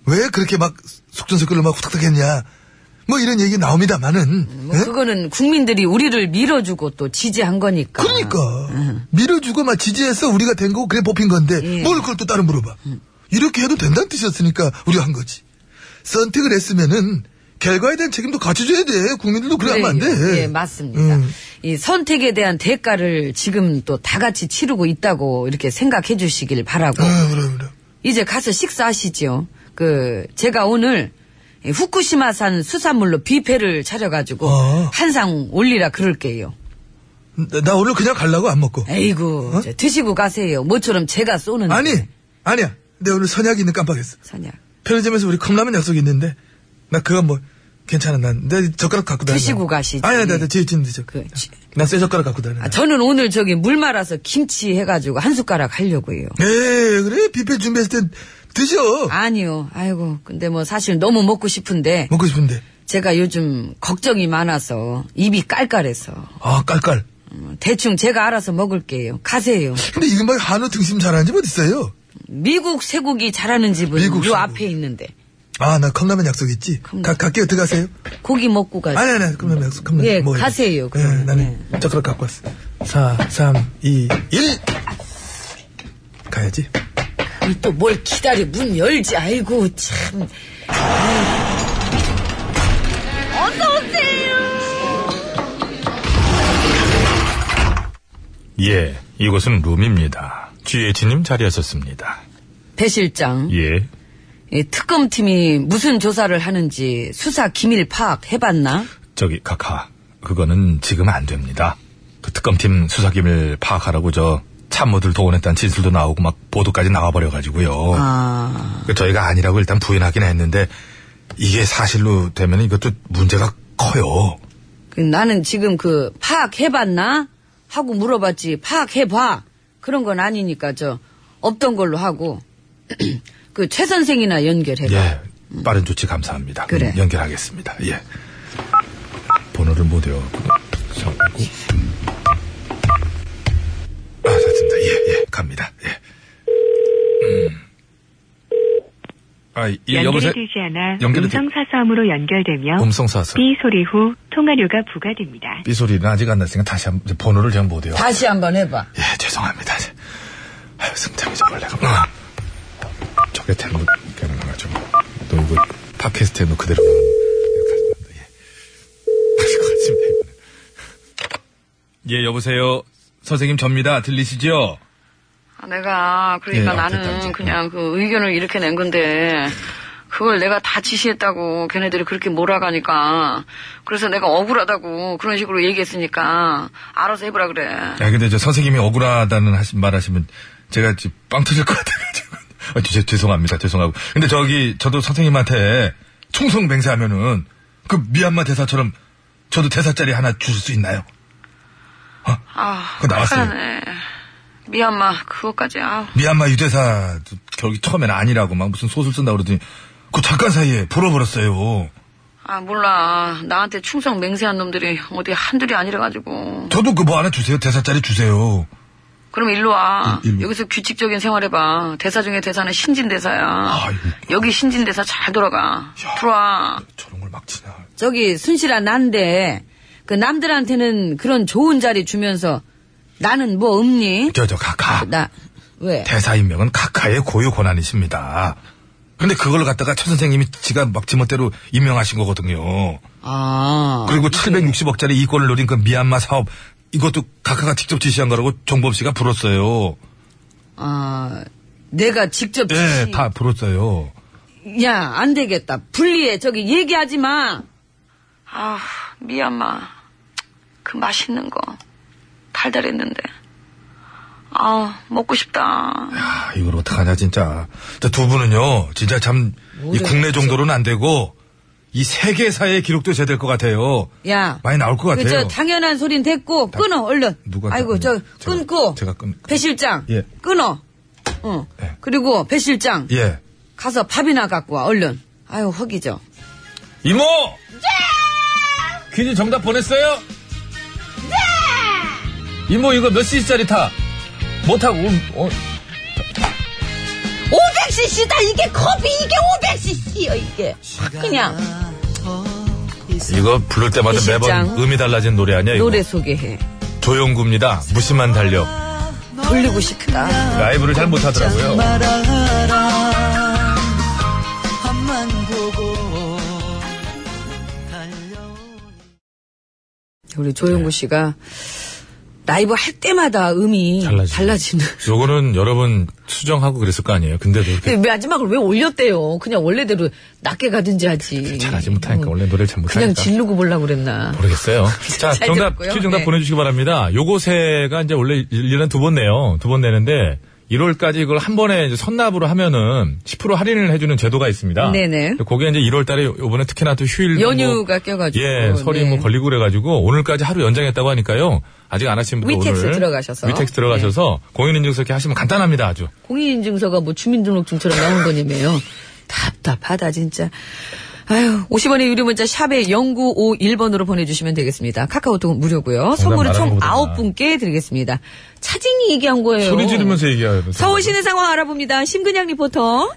F: 왜 그렇게 막 속전속결로 막 후딱닥했냐 뭐 이런 얘기 예? 나옵니다만은
B: 뭐 그거는 국민들이 우리를 밀어주고 또 지지한 거니까.
F: 그러니까 밀어주고 막 지지해서 우리가 된 거고 그래 뽑힌 건데
B: 음. 예. 음.
F: 뭘 그걸 또 따로 물어봐 이렇게 해도 된다는 뜻이었으니까 우리가 한 거지 선택을 했으면은 결과에 대한 책임도 같이 줘야 돼 국민들도 그래 하면 안돼 음.
B: 예, 맞습니다. 이 선택에 대한 대가를 지금 또 다 같이 치르고 있다고 이렇게 생각해 주시길 바라고.
F: 아, 그럼 그럼
B: 이제 가서 식사하시지요. 그 제가 오늘 이 후쿠시마산 수산물로 뷔페를 차려가지고
F: 어.
B: 한 상 올리라 그럴게요.
F: 나, 나 오늘 그냥 갈라고 안 먹고
B: 에이구
F: 어?
B: 저 드시고 가세요. 모처럼 제가 쏘는.
F: 아니 아니야 내가 오늘 선약이 있는 깜빡했어
B: 사냥
F: 편의점에서 우리 컵라면 약속이 있는데 나 그건 뭐 괜찮아 난 내 젓가락 갖고 다니
B: 드시고 가시지.
F: 아니 나나 제 있는 드죠
B: 그, 지-
F: 나쇠 젓가락 갖고 다니
B: 아, 저는 오늘 저기 물 말아서 김치 해가지고 한 숟가락 하려고요.
F: 에 그래 뷔페 준비했을 때 드셔
B: 아니요. 아이고. 근데 뭐 사실 너무 먹고 싶은데
F: 먹고 싶은데
B: 제가 요즘 걱정이 많아서 입이 깔깔해서
F: 아 깔깔
B: 음, 대충 제가 알아서 먹을게요. 가세요.
F: 근데 이금방 한우 등심 뭐 잘하는 집 어딨어요
B: 미국 쇠고기 잘하는 집은 요
F: 미국 쇠고기.
B: 앞에 있는데
F: 아 나 컵라면 약속 있지
B: 컵라면.
F: 가, 갈게요 들어가세요
B: 고기 먹고 가세요.
F: 아니 아니 컵라면 약속 컵라면
B: 네. 예,
F: 먹어야 돼.
B: 가세요, 네.
F: 예,
B: 그러면.
F: 나는 젓가락 갖고 왔어 4 3 2 1 가야지
B: 또 뭘 기다려 문 열지 아이고 참
E: 예, 이곳은 룸입니다. GH님 자리하셨습니다.
B: 배실장
E: 예.
B: 이 특검팀이 무슨 조사를 하는지 수사 기밀 파악 해봤나?
E: 저기, 카카. 그거는 지금 안 됩니다. 그 특검팀 수사기밀 파악하라고 저 참모들 동원했다는 진술도 나오고 막 보도까지 나와버려가지고요.
B: 아
E: 그 저희가 아니라고 일단 부인하긴 했는데 이게 사실로 되면 이것도 문제가 커요.
B: 그 나는 지금 그 파악해봤나 하고 물어봤지 파악해봐 그런 건 아니니까 저 없던 걸로 하고 그 최 선생이나 연결해봐.
E: 예. 빠른 조치 감사합니다.
B: 그래.
E: 음, 연결하겠습니다. 예. 번호를 못 외워. 잡고. 아, 됐습니다. 예, 예. 갑니다. 예. 음. 아, 예, 여보세요?
G: 연결되지 않아
E: 연결이 되-
G: 음성사서함으로 연결되며
E: 음성사서.
G: B 소리 후 통화료가 부과됩니다.
E: 삐 소리는 아직 안 났으니까 다시 한 번, 번호를 제가 못 외워.
B: 다시 한번 해봐.
E: 예, 죄송합니다. 아유, 승장이 정말 내가. 아. 저게 대목 깨는 거가 좀. 너 이거 팟캐스트에 너 그대로. 넣으면 내가 가지고 왔는데, 예. 다시 걸치면 돼, 이번에. 예, 여보세요. 선생님 접니다. 들리시죠?
B: 아, 내가 그러니까
E: 예, 아, 됐다,
B: 나는
E: 이제.
B: 그냥 그 의견을 이렇게 낸 건데 그걸 내가 다 지시했다고 걔네들이 그렇게 몰아가니까 그래서 내가 억울하다고 그런 식으로 얘기했으니까 알아서 해보라 그래.
E: 야, 근데 저 선생님이 억울하다는 하신 말 하시면 제가 지금 빵 터질 것 같아가지고. 아, 죄- 죄송합니다. 죄송하고. 근데 저기, 저도 선생님한테 충성 맹세하면은 그 미얀마 대사처럼 저도 대사짜리 하나 주실 수 있나요? 어?
B: 아,
E: 그거 나왔어요.
B: 네 미얀마 그거까지 아
E: 미얀마 유대사 결국 처음엔 아니라고 막 무슨 소설 쓴다 그러더니 그 잠깐 사이에 불어버렸어요.
B: 아, 몰라 나한테 충성 맹세한 놈들이 어디 한둘이 아니라 가지고
E: 저도 그 뭐 하나 주세요. 대사짜리 주세요.
H: 그럼 일로 와.
B: 아, 일- 일로.
H: 여기서 규칙적인 생활해봐. 대사 중에 대사는 신진대사야.
B: 아이고.
H: 여기 신진대사 잘 돌아가. 들어와.
B: 저런 걸 막 치냐.
H: 저기 순실한 난데 그 남들한테는 그런 좋은 자리 주면서 나는 뭐 없니?
E: 저, 저, 카카.
H: 나 왜?
E: 대사 임명은 카카의 고유 권한이십니다. 근데 그걸 갖다가 최 선생님이 지가 막 지멋대로 임명하신 거거든요.
H: 아
E: 그리고 760억짜리 이권을 노린 그 미얀마 사업, 이것도 카카가 직접 지시한 거라고 정범 씨가 불었어요.
H: 아 내가 직접
E: 예,
H: 지시-
E: 다 불었어요.
H: 야, 안 되겠다. 분리해. 저기 얘기하지 마. 아, 미안마. 그 맛있는 거. 달달했는데. 아, 먹고 싶다.
E: 아, 이걸 어떡하냐, 진짜. 저두 분은요, 진짜 참, 이
H: 뭐래,
E: 국내 정도로는 안 되고, 이 세계사의 기록도 셔야 될 것 같아요.
H: 야.
E: 많이 나올 것
H: 그, 저,
E: 같아요.
H: 당연한 소린 됐고, 끊어, 얼른.
E: 누가
H: 아이고, 저,
E: 끊- 제가-
H: 끊고.
E: 제가 끊-
H: 배 실장.
E: 예.
H: 끊어. 어.
E: 예.
H: 그리고 배 실장.
E: 예.
H: 가서 밥이나 갖고 와, 얼른. 아유, 허기져.
E: 이모! 퀴즈 정답 보냈어요? 이모, 이거 몇 시짜리 타? 못하고, 어,
H: 500cc다, 이게 컵이, 이게 500cc여, 이게. 확 그냥.
E: 이거 부를 때마다
H: 그 실장.
E: 매번 음이 달라진 노래 아니야? 이거?
H: 노래 소개해.
E: 조용구입니다. 무심한 달력.
H: 돌리고 싶다.
E: 라이브를 잘
H: 그
E: 못하더라고요.
H: 우리 조영구 씨가 라이브 할 때마다 음이
E: 달라지네.
H: 달라지는.
E: 요거는 여러분 수정하고 그랬을 거 아니에요? 근데도 이렇게
H: 근데 마지막을 왜 올렸대요? 그냥 원래대로 낮게 가든지 하지.
E: 그 잘하지 못하니까, 원래 노래를 잘
H: 네. 그냥
E: 못하니까.
H: 지르고 보려고 그랬나.
E: 모르겠어요. 자,
H: 잘
E: 정답,
H: 들었고요.
E: 퀴즈 정답
H: 네.
E: 보내주시기 바랍니다. 요거세가 이제 원래 1년에 두 번 내요. 두 번 내는데, 1월까지 이걸 한 번에 이제 선납으로 하면은 10% 할인을 해주는 제도가 있습니다.
H: 네네.
E: 그게 이제 1월 달에 요번에 특히나 또 휴일.
H: 연휴가 껴가지고.
E: 뭐 예, 설이
H: 네.
E: 뭐 걸리고 그래가지고 오늘까지 하루 연장했다고 하니까요. 아직 안 하신 분들
H: 위텍스
E: 오늘
H: 들어가셔서. 네.
E: 위텍스 들어가셔서 공인인증서 이렇게 하시면 간단합니다 아주.
H: 공인인증서가 뭐 주민등록증처럼 나온 거니매요. 답답하다 진짜. 아유, 50원의 유료 문자 샵에 0951번으로 보내주시면 되겠습니다. 카카오톡은 무료고요. 선물은 총
E: 말하는 거구나.
H: 9분께 드리겠습니다. 차징이 얘기한 거예요.
E: 소리 지르면서 얘기하면서.
H: 네, 서울 시내 상황 알아봅니다. 심근양 리포터.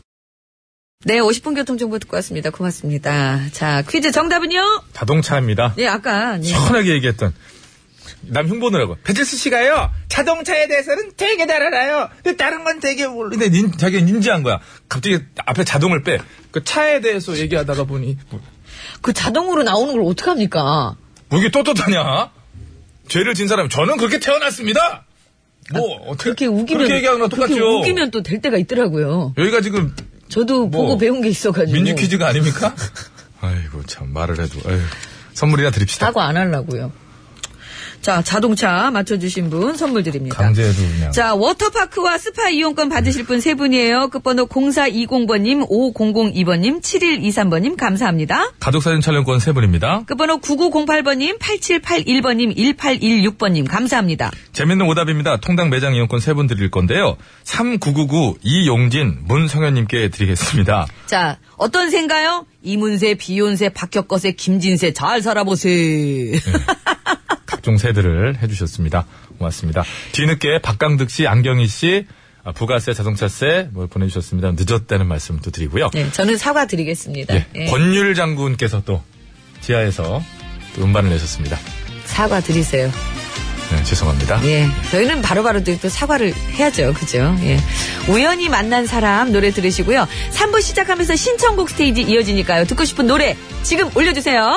H: 네, 50분 교통정보 듣고 왔습니다. 고맙습니다. 자, 퀴즈 정답은요?
E: 자동차입니다.
H: 예, 아까. 예.
E: 시원하게 얘기했던 남 흉보느라고. 배철수 씨가요 자동차에 대해서는 되게 잘 알아요. 근데 다른 건 되게 모르는데 닌- 자기가 인지한 거야. 갑자기 앞에 자동을 빼. 그 차에 대해서 얘기하다가 보니 뭐,
H: 그 자동으로 나오는 걸 어떡합니까?
E: 뭐 이게 떳떳하냐? 죄를 진 사람 저는 그렇게 태어났습니다. 뭐 어떻게
H: 그렇게 우기면.
E: 그렇게 얘기하는 거랑 똑같죠.
H: 그렇게 우기면 또 될 때가 있더라고요.
E: 여기가 지금
H: 저도
E: 뭐,
H: 보고 배운 게 있어가지고.
E: 민주 퀴즈가 아닙니까? 아이고 참 말을 해도 아유. 선물이나 드립시다.
H: 사과 안 하려고요. 자, 자동차 맞춰주신 분 선물 드립니다.
E: 강제로 그냥.
H: 자, 워터파크와 스파 이용권 받으실 분 세 분이에요. 끝번호 0420번님, 5002번님, 7123번님, 감사합니다.
E: 가족사진 촬영권 세 분입니다.
H: 끝번호 9908번님, 8781번님, 1816번님, 감사합니다.
E: 재밌는 오답입니다. 통당 매장 이용권 세 분 드릴 건데요. 3999 이용진 문성현님께 드리겠습니다.
H: 자, 어떤 새인가요? 이문세, 비욘세, 박혁거세, 김진세, 잘 살아보세.
E: 네. 각종 세들을 해주셨습니다. 고맙습니다. 뒤늦게 박강득 씨, 안경희 씨, 아, 부가세, 자동차세 뭐 보내주셨습니다. 늦었다는 말씀도 드리고요.
H: 네, 저는 사과드리겠습니다.
E: 예,
H: 예,
E: 권율 장군께서 또 지하에서 또 음반을 내셨습니다.
H: 사과드리세요.
E: 네, 죄송합니다.
H: 예. 저희는 바로바로 또- 또 사과를 해야죠. 그죠? 예. 우연히 만난 사람 노래 들으시고요. 3부 시작하면서 신청곡 스테이지 이어지니까요. 듣고 싶은 노래 지금 올려주세요.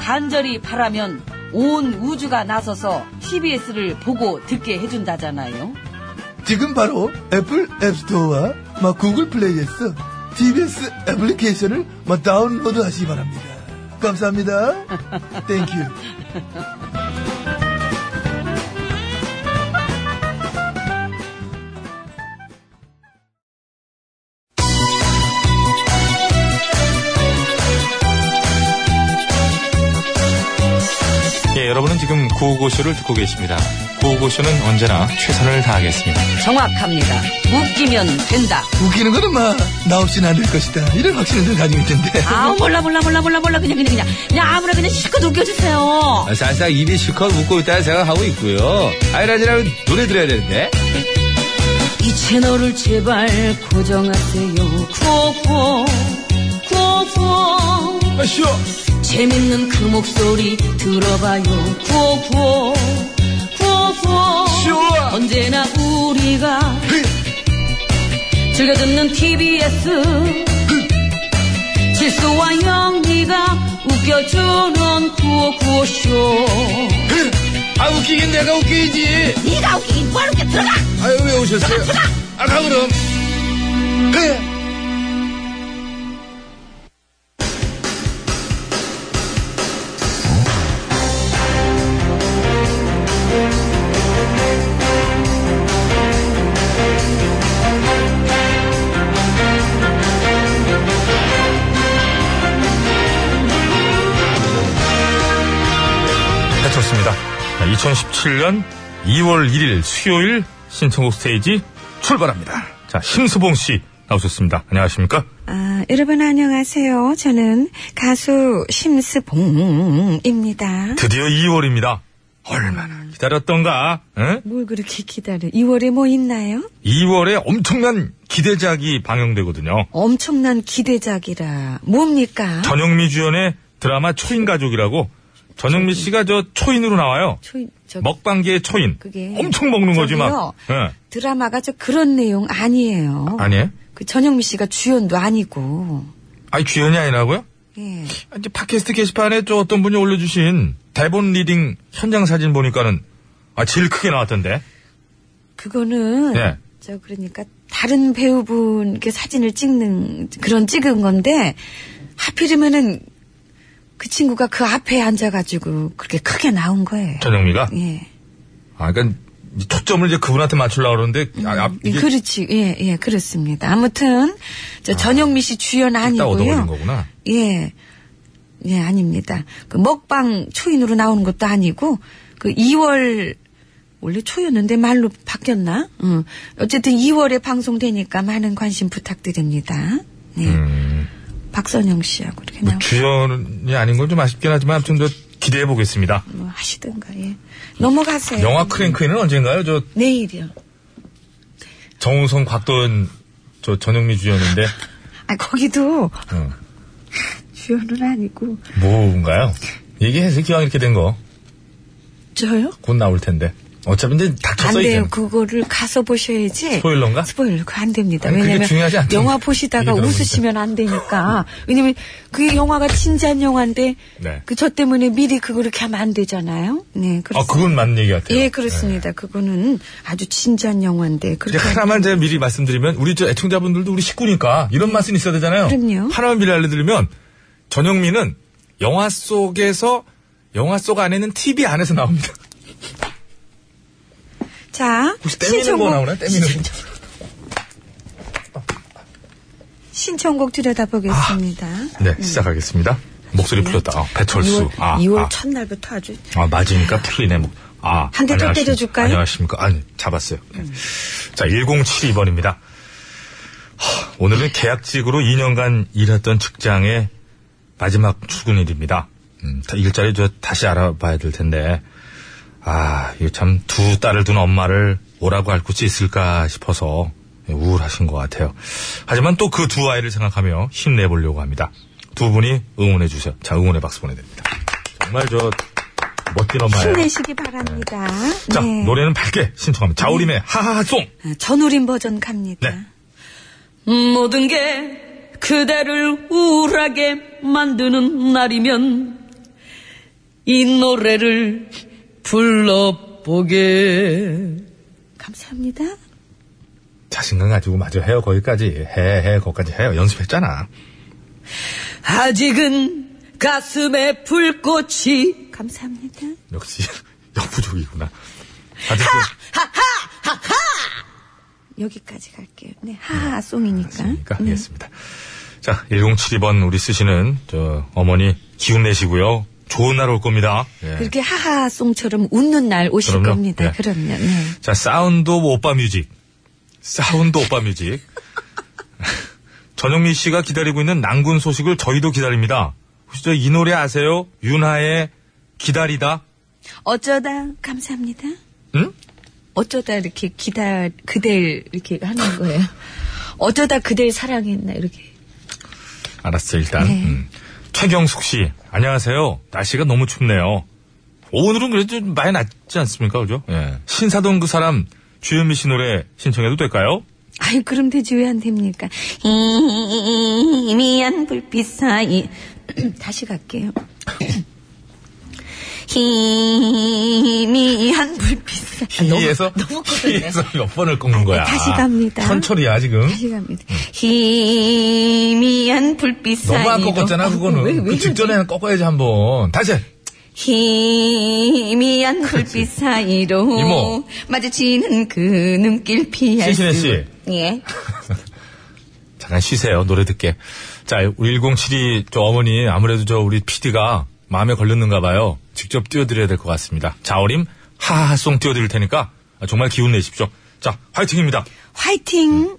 H: 간절히 바라면 온 우주가 나서서 TBS를 보고 듣게 해준다잖아요.
F: 지금 바로 애플 앱스토어와 막 구글 플레이에서 TBS 애플리케이션을 막 다운로드 하시기 바랍니다. 감사합니다. 땡큐.
E: 예, 여러분은 지금 구호고쇼를 듣고 계십니다. 구호고쇼는 언제나 최선을 다하겠습니다.
H: 정확합니다. 웃기면 된다.
F: 웃기는 거는 막 나 없이는 안 될 것이다. 이런 확신을 늘 가지고 있던데.
H: 아우 몰라 몰라 몰라 몰라 몰라 그냥 그냥 그냥 그냥 아무나 그냥 실컷 웃겨주세요.
E: 아, 살짝 입이 실컷 웃고 있다는 생각하고 있고요. 아이라지라면 노래 들어야 되는데.
H: 이 채널을 제발 고정하세요. 구호구호 구호구호
E: 아, 쉬워.
H: 재밌는 그 목소리 들어봐요. 구호구호 구호구호 언제나 우리가 즐겨 듣는 TBS 실수와 영리가 웃겨주는 구호구호쇼
E: 아, 웃기긴 내가 웃기지.
H: 네가 웃기긴 뭘 웃겨 들어가
E: 아유, 왜 오셨어요? 아, 가, 그럼.
H: 네.
E: 배쳤습니다. 2017년 2월 1일 수요일 신청곡 스테이지 출발합니다. 자, 심수봉 씨 나오셨습니다. 안녕하십니까?
G: 아, 여러분 안녕하세요. 저는 가수 심스봉입니다.
E: 드디어 2월입니다. 얼마나 기다렸던가? 응?
G: 뭘 그렇게 기다려? 2월에 뭐 있나요?
E: 2월에 엄청난 기대작이 방영되거든요.
G: 엄청난 기대작이라 뭡니까?
E: 전영미 주연의 드라마 초인 가족이라고 전영미 씨가 저 초인으로 나와요.
G: 초인- 저기-
E: 먹방계의 초인.
G: 그게-
E: 엄청 먹는 거지 막.
G: 저기요.
E: 예.
G: 드라마가 저 그런 내용 아니에요.
E: 아니에요?
G: 그 전영미 씨가 주연도 아니고.
E: 아니 주연이 아니라고요?
G: 예.
E: 아, 이제 팟캐스트 게시판에 저 어떤 분이 올려주신 대본 리딩 현장 사진 보니까는 아 제일 크게 나왔던데.
G: 그거는
E: 예.
G: 저 그러니까 다른 배우분 이 사진을 찍는 그런 찍은 건데 하필이면은 그 친구가 그 앞에 앉아가지고 그렇게 크게 나온 거예요.
E: 전영미가.
G: 예.
E: 아 그러니까 이제 초점을 이제 그분한테 맞추려고 그러는데 아,
G: 음,
E: 앞- 이게
G: 그렇지. 예, 예, 그렇습니다. 아무튼 저 전영미 씨 주연
E: 이따 얻어버린
G: 아니고요.
E: 거구나.
G: 예. 예, 아닙니다. 그 먹방 초인으로 나오는 것도 아니고 그 2월 원래 초였는데 말로 바뀌었나? 응. 어쨌든 2월에 방송되니까 많은 관심 부탁드립니다. 네. 박선영 씨하고 이렇게
E: 음. 뭐
G: 나오
E: 주연이 아닌 건 좀 아쉽긴 하지만 아무튼 저 기대해 보겠습니다.
G: 뭐 하시든가 예. 넘어가세요.
E: 영화 크랭크인은 언젠가요? 저
G: 내일이요.
E: 정우성, 곽도현, 저 전영미 주연인데
G: 아 거기도
E: 어.
G: 주연은 아니고
E: 뭔가요? 얘기해서 기왕 이렇게 된 거 곧
G: 저요?
E: 나올 텐데 어차피 이제
G: 안
E: 닥쳤어
G: 돼요.
E: 이제
G: 그거를 가서 보셔야지.
E: 스포일러인가?
G: 스포일러 그거 안 됩니다.
E: 아니, 그게
G: 왜냐면
E: 중요하지 않다.
G: 영화 보시다가
E: 얘기 들어보니까.
G: 웃으시면 안 되니까. 왜냐면 그 영화가 진지한 영화인데
E: 네.
G: 그 저 때문에 미리 그거 이렇게 하면 안 되잖아요. 네,
E: 아
G: 그렇습니다.
E: 그건 맞는 얘기 같아요. 네.
G: 예, 그렇습니다. 그거는 아주 진지한 영화인데
E: 이제
G: 그렇게
E: 하나만 제가 미리 말씀드리면 우리 저 애청자분들도 우리 식구니까 이런 맛은 있어야 되잖아요.
G: 그럼요.
E: 하나만 미리 알려드리면 전영미는 영화 속에서 영화 속 안에는 TV 안에서 나옵니다.
G: 자,
E: 혹시 떼미는 거
G: 신청곡-
E: 나오나요? 떼미는 거.
G: 신청곡 들여다보겠습니다.
E: 네, 시작하겠습니다.
G: 네.
E: 목소리 풀렸다. 아, 배철수.
G: 2월,
E: 아, 아,
G: 첫날부터 아주
E: 아, 맞으니까 풀리네. 목. 아,
G: 한대더
E: 안녕하십-
G: 때려줄까요?
E: 안녕하십니까. 아니, 잡았어요. 네. 자, 1072번입니다. 오늘은 계약직으로 2년간 일했던 직장의 마지막 출근일입니다. 음, 다- 일자리 저 다시 알아봐야 될 텐데. 아, 이거 참 두 딸을 둔 엄마를 오라고 할 곳이 있을까 싶어서 우울하신 것 같아요. 하지만 또 그 두 아이를 생각하며 힘내보려고 합니다. 두 분이 응원해 주세요. 자, 응원의 박수 보내드립니다. 정말 저 멋진 엄마예요.
G: 힘내시기 바랍니다.
E: 자,
G: 네.
E: 노래는 밝게 신청합니다. 자우림의 하하하송!
G: 아, 전우림 버전 갑니다.
E: 네.
H: 모든 게 그대를 우울하게 만드는 날이면 이 노래를 불러보게
G: 감사합니다.
E: 자신감 가지고 마저 해요. 거기까지 해, 해, 거기까지 해요. 연습했잖아.
B: 아직은 가슴에 불꽃이
G: 감사합니다.
E: 역시 역부족이구나. 아직도
G: 여기까지 갈게요. 네, 하하 송이니까. 음.
E: 그러니까 알겠습니다. 자, 1072번 우리 쓰시는 저 어머니 기운 내시고요. 좋은 날 올 겁니다. 예.
G: 그렇게 하하 송처럼 웃는 날 오실
E: 그럼요.
G: 겁니다.
E: 네.
G: 그럼요. 네.
E: 자, 사운드 오브 오빠 뮤직. 사운드 오빠 뮤직. 전영미 씨가 기다리고 있는 난군 소식을 저희도 기다립니다. 혹시 저 이 노래 아세요? 윤하의 기다리다?
G: 어쩌다 감사합니다.
E: 응?
G: 어쩌다 이렇게 기다 그댈 이렇게 하는 거예요. 어쩌다 그댈 사랑했나 이렇게.
E: 알았어, 일단.
G: 네.
E: 음. 최경숙 씨, 안녕하세요. 날씨가 너무 춥네요. 오늘은 그래도 좀 많이 낫지 않습니까? 그죠? 예. 신사동 그 사람, 주현미 씨 노래 신청해도 될까요?
G: 아유 그럼 되지 왜 안 됩니까? 희미한 불빛 사이 다시 갈게요. 희미한 불빛 사이 아,
E: 희에서,
G: 너무 길었네.
E: 희에서 몇 번을 꺾는 거야.
G: 다시 갑니다.
E: 천철이야, 지금.
G: 다시 갑니다. 희미한 불빛 사이
E: 너무 안 꺾었잖아, 그거는. 그 직전에는 꺾어야지, 한 번. 다시!
G: 희미한 불빛 사이로
E: 이모.
G: 마주치는 그 눈길 피할
E: 신신혜
G: 수
E: 씨.
G: 예.
E: 잠깐 쉬세요, 노래 듣게. 자, 1072, 저 어머니, 아무래도 저 우리 PD가 마음에 걸렸는가 봐요. 직접 띄워드려야 될 것 같습니다. 자오림, 하하송 띄워드릴 테니까, 아, 정말 기운 내십시오. 자, 화이팅입니다.
G: 화이팅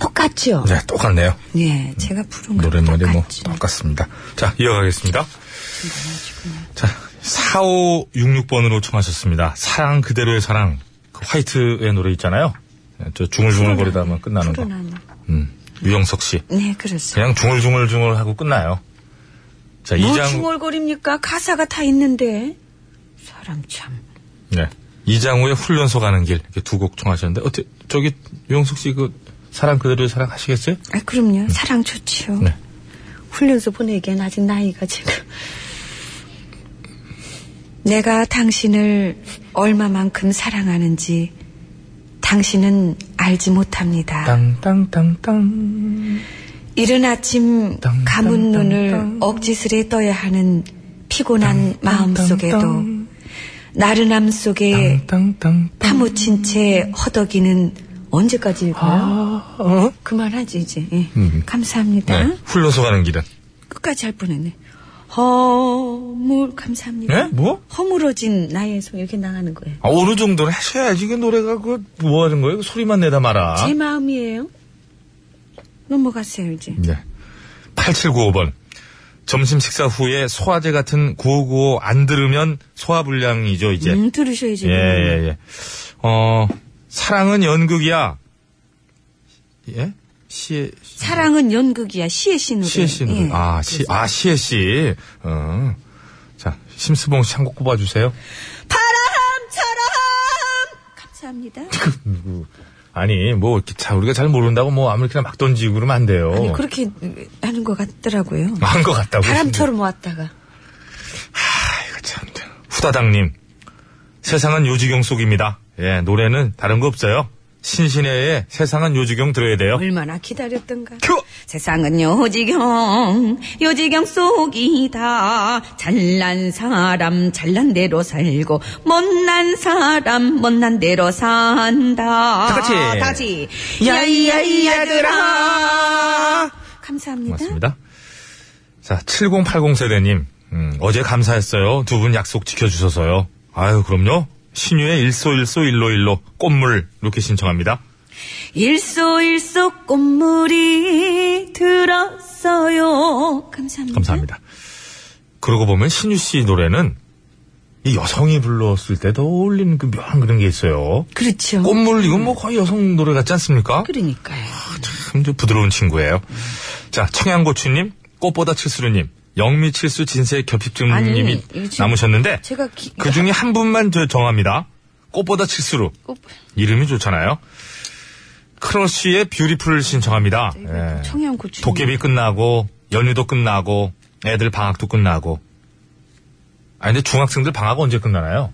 G: 똑같죠?
E: 네, 똑같네요.
G: 예, 제가 부른 거
E: 노랫말이 뭐
G: 똑같죠.
E: 똑같습니다. 자, 이어가겠습니다. 자, 4566번으로 청하셨습니다. 사랑 그대로의 사랑. 그 화이트의 노래 있잖아요. 네, 저 중얼중얼거리다 하면 끝나는 거.
G: 불어나는.
E: 음, 유영석 씨.
G: 네, 그렇습니다.
E: 그냥 중얼중얼중얼 하고 끝나요. 자,
G: 뭐
E: 이장,
G: 중얼거립니까? 가사가 다 있는데. 사람 참.
E: 네. 이장우의 훈련소 가는 길. 이렇게 두 곡 청하셨는데, 어때, 저기, 유영석 씨 그, 사랑 그대로의 사랑 하시겠어요?
G: 아, 그럼요. 사랑 좋지요.
E: 네.
G: 훈련소 보내기엔 아직 나이가 지금. 내가 당신을 얼마만큼 사랑하는지 당신은 알지 못합니다.
E: 땅땅땅땅.
G: 이른 아침
E: 땅, 땅,
G: 감은 눈을
E: 땅, 땅.
G: 억지스레 떠야 하는 피곤한
E: 땅,
G: 마음
E: 땅,
G: 속에도
E: 땅.
G: 나른함 속에
E: 땅땅땅.
G: 파묻힌 채 허덕이는 언제까지 읽어요? 그만하지 이제. 예. 감사합니다.
E: 아, 음. 네. 훈련소 가는 길은.
G: 끝까지 할 뻔했네. 허물 감사합니다.
E: 예? 뭐?
G: 허물어진 나의 손 이렇게 나가는 거예요.
E: 아, 어느 정도는 하셔야지. 이게 노래가 그, 뭐 하는 거예요? 소리만 내다 말아.
G: 제 마음이에요. 넘어갔어요 이제.
E: 네. 8795번. 점심 식사 후에 소화제 같은 9595 안 들으면 소화불량이죠, 이제.
G: 음, 들으셔야지.
E: 예, 예, 예. 어, 사랑은 연극이야. 예? 시에,
G: 사랑은 연극이야 시의 신으로.
E: 시에 씨
G: 예.
E: 노래. 아, 시, 아, 시에 씨. 어. 자, 심스봉 씨 한 곡 꼽아주세요.
G: 바람처럼 감사합니다.
E: 어. 아니, 뭐, 이렇게 자, 우리가 잘 모른다고 뭐, 아무렇게나 막 던지고 그러면 안 돼요.
G: 아니 그렇게 하는 것 같더라고요.
E: 한것 같다고.
G: 바람처럼 왔다가
E: 이거 참. 후다닥님. 세상은 요지경 속입니다. 예, 노래는 다른 거 없어요. 신신혜의 세상은 요지경 들어야 돼요.
G: 얼마나 기다렸던가.
E: 큐!
G: 세상은 요지경, 요지경 속이다. 잘난 사람, 잘난 대로 살고, 못난 사람, 못난 대로 산다.
E: 다 같이.
G: 다시. 야이야이야들아. 감사합니다.
E: 고맙습니다. 자, 7080 세대님. 음, 어제 감사했어요. 두 분 약속 지켜주셔서요. 아유, 그럼요. 신유의 일소일소 일로일로 꽃물 이렇게 신청합니다.
G: 일소일소 꽃물이 들었어요. 감사합니다.
E: 감사합니다. 그러고 보면 신유 씨 노래는 이 여성이 불렀을 때도 어울리는 그 묘한 그런 게 있어요.
G: 그렇죠.
E: 꽃물 이건 뭐 거의 여성 노래 같지 않습니까? 아,
G: 그러니까요.
E: 참 좀 부드러운 친구예요. 자, 청양고추님, 꽃보다 칠수루님, 영미칠수 진세
G: 아니,
E: 겹핍증님이
G: 이거 지금
E: 남으셨는데
G: 제가 기-
E: 그 중에 한 분만 저 정합니다. 꽃보다 칠수루.
G: 꽃-
E: 이름이 좋잖아요. 크러쉬의 뷰티풀 신청합니다. 예.
G: 청양고추.
E: 도깨비 끝나고 연휴도 끝나고 애들 방학도 끝나고 아니, 근데 중학생들 방학 언제 끝나나요?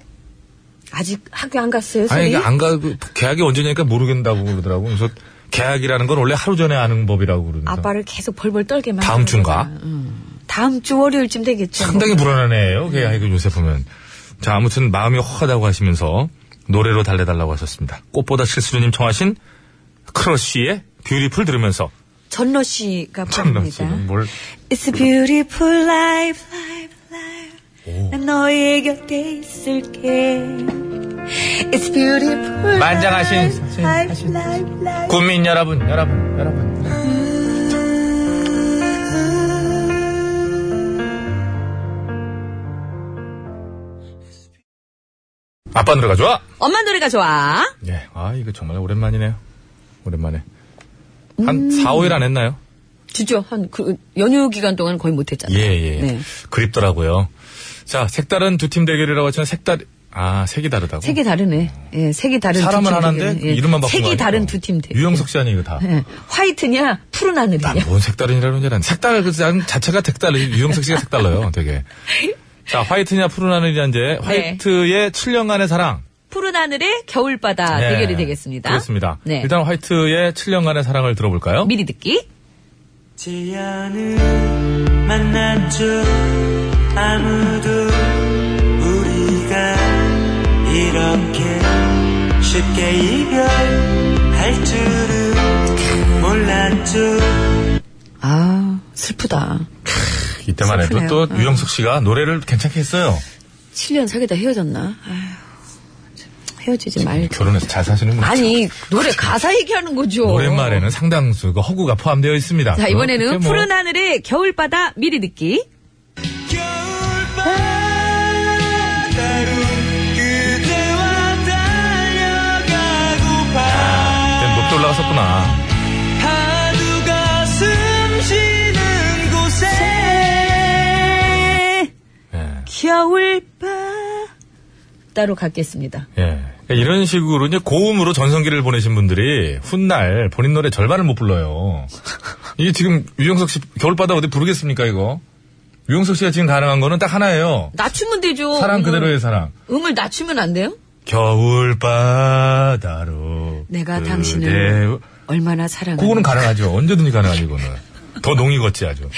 G: 아직 학교 안 갔어요,
E: 아니,
G: 선생님?
E: 이게 안 가고, 계약이 언제냐니까 모르겠다고 그러더라고. 그래서 계약이라는 건 원래 하루 전에 아는 법이라고 그러는데.
G: 아빠를 계속 벌벌 떨게 만드는
E: 다음 주인가?
G: 거잖아. 응. 다음 주 월요일쯤 되겠죠.
E: 상당히 불안한 애예요. 계약이 요새 보면. 자, 아무튼 마음이 허하다고 하시면서 노래로 달래달라고 하셨습니다. 꽃보다 실수녀님 청하신 크러쉬의 뷰티풀 들으면서
G: 뭐 전러 씨가
E: 참나
G: 부릅니다.
E: 지금 뭘
G: It's a beautiful life, life, life. 난 너의 곁에 있을게. It's beautiful.
E: 만장하신
G: life, life, life, life.
E: 국민 여러분, 여러분, 여러분. 아빠 노래가 좋아?
H: 엄마 노래가 좋아.
E: 예. 아, 이거 정말 오랜만이네요. 오랜만에. 한
H: 음.
E: 4, 5일 안 했나요?
H: 진짜 한 그 연휴 기간 동안 거의
E: 예,
H: 못했잖아요.
E: 예.
H: 네.
E: 그립더라고요. 자, 색다른 두 팀 대결이라고 하지만 색다른, 아, 색이 다르다고?
H: 색이 다르네. 예, 색이 다른
E: 사람은
H: 두팀
E: 하나인데
H: 대결. 예.
E: 이름만 바꾼 거
H: 색이
E: 아니에요?
H: 다른 두 팀 대.
E: 유영석 씨 아니에요, 이거 다.
H: 예. 화이트냐 푸른 하늘이냐.
E: 난뭔 색다른이라는 줄알았 색다른 그 사람 자체가 색다른 유영석 씨가 색달라요, 되게. 자, 화이트냐 푸른 하늘이냐 이제 화이트의 7년간의 사랑.
H: 푸른 하늘의 겨울바다
E: 네.
H: 네. 아, 대결이 되겠습니다.
E: 그렇습니다.
H: 네.
E: 일단 화이트의 7년간의 사랑을 들어볼까요?
H: 미리 듣기.
C: 지연을 만난 적 아무도 우리가 이렇게 쉽게 이별할 줄은 몰랐죠
G: 어,
H: 아 슬프다.
E: 이때만 해도
H: 슬프네요.
E: 또 유영석 씨가 노래를 괜찮게 했어요.
H: 7년 사귀다 헤어졌나? 아휴, 참, 헤어지지 말자.
E: 결혼해서 잘 사시는구나.
H: 아니 노래 가사 얘기하는 거죠.
E: 노랫말에는 상당수 그 허구가 포함되어 있습니다.
H: 자 이번에는
E: 그렇게 뭐
H: 푸른 하늘의 겨울바다 미리 듣기.
C: 겨울바다로 그대와 달려가고파
E: 그냥 높게 올라갔었구나.
C: 하루가 숨 쉬는 곳에
H: 네,
E: 예.
H: 겨울바다로 갖겠습니다.
E: 예. 그러니까 이런 식으로 이제 고음으로 전성기를 보내신 분들이 훗날 본인 노래 절반을 못 불러요. 이게 지금 유영석 씨 겨울바다 어디 부르겠습니까 이거? 유영석 씨가 지금 가능한 거는 딱 하나예요.
H: 낮추면 되죠.
E: 사랑
H: 음을.
E: 그대로의 사랑.
H: 음을 낮추면 안 돼요?
E: 겨울바다로.
H: 내가 당신을
E: 그대로-
H: 얼마나 사랑하는
E: 그거는 가능하죠. 언제든지 가능하죠, 이거는. 더 농이 걷지 아주.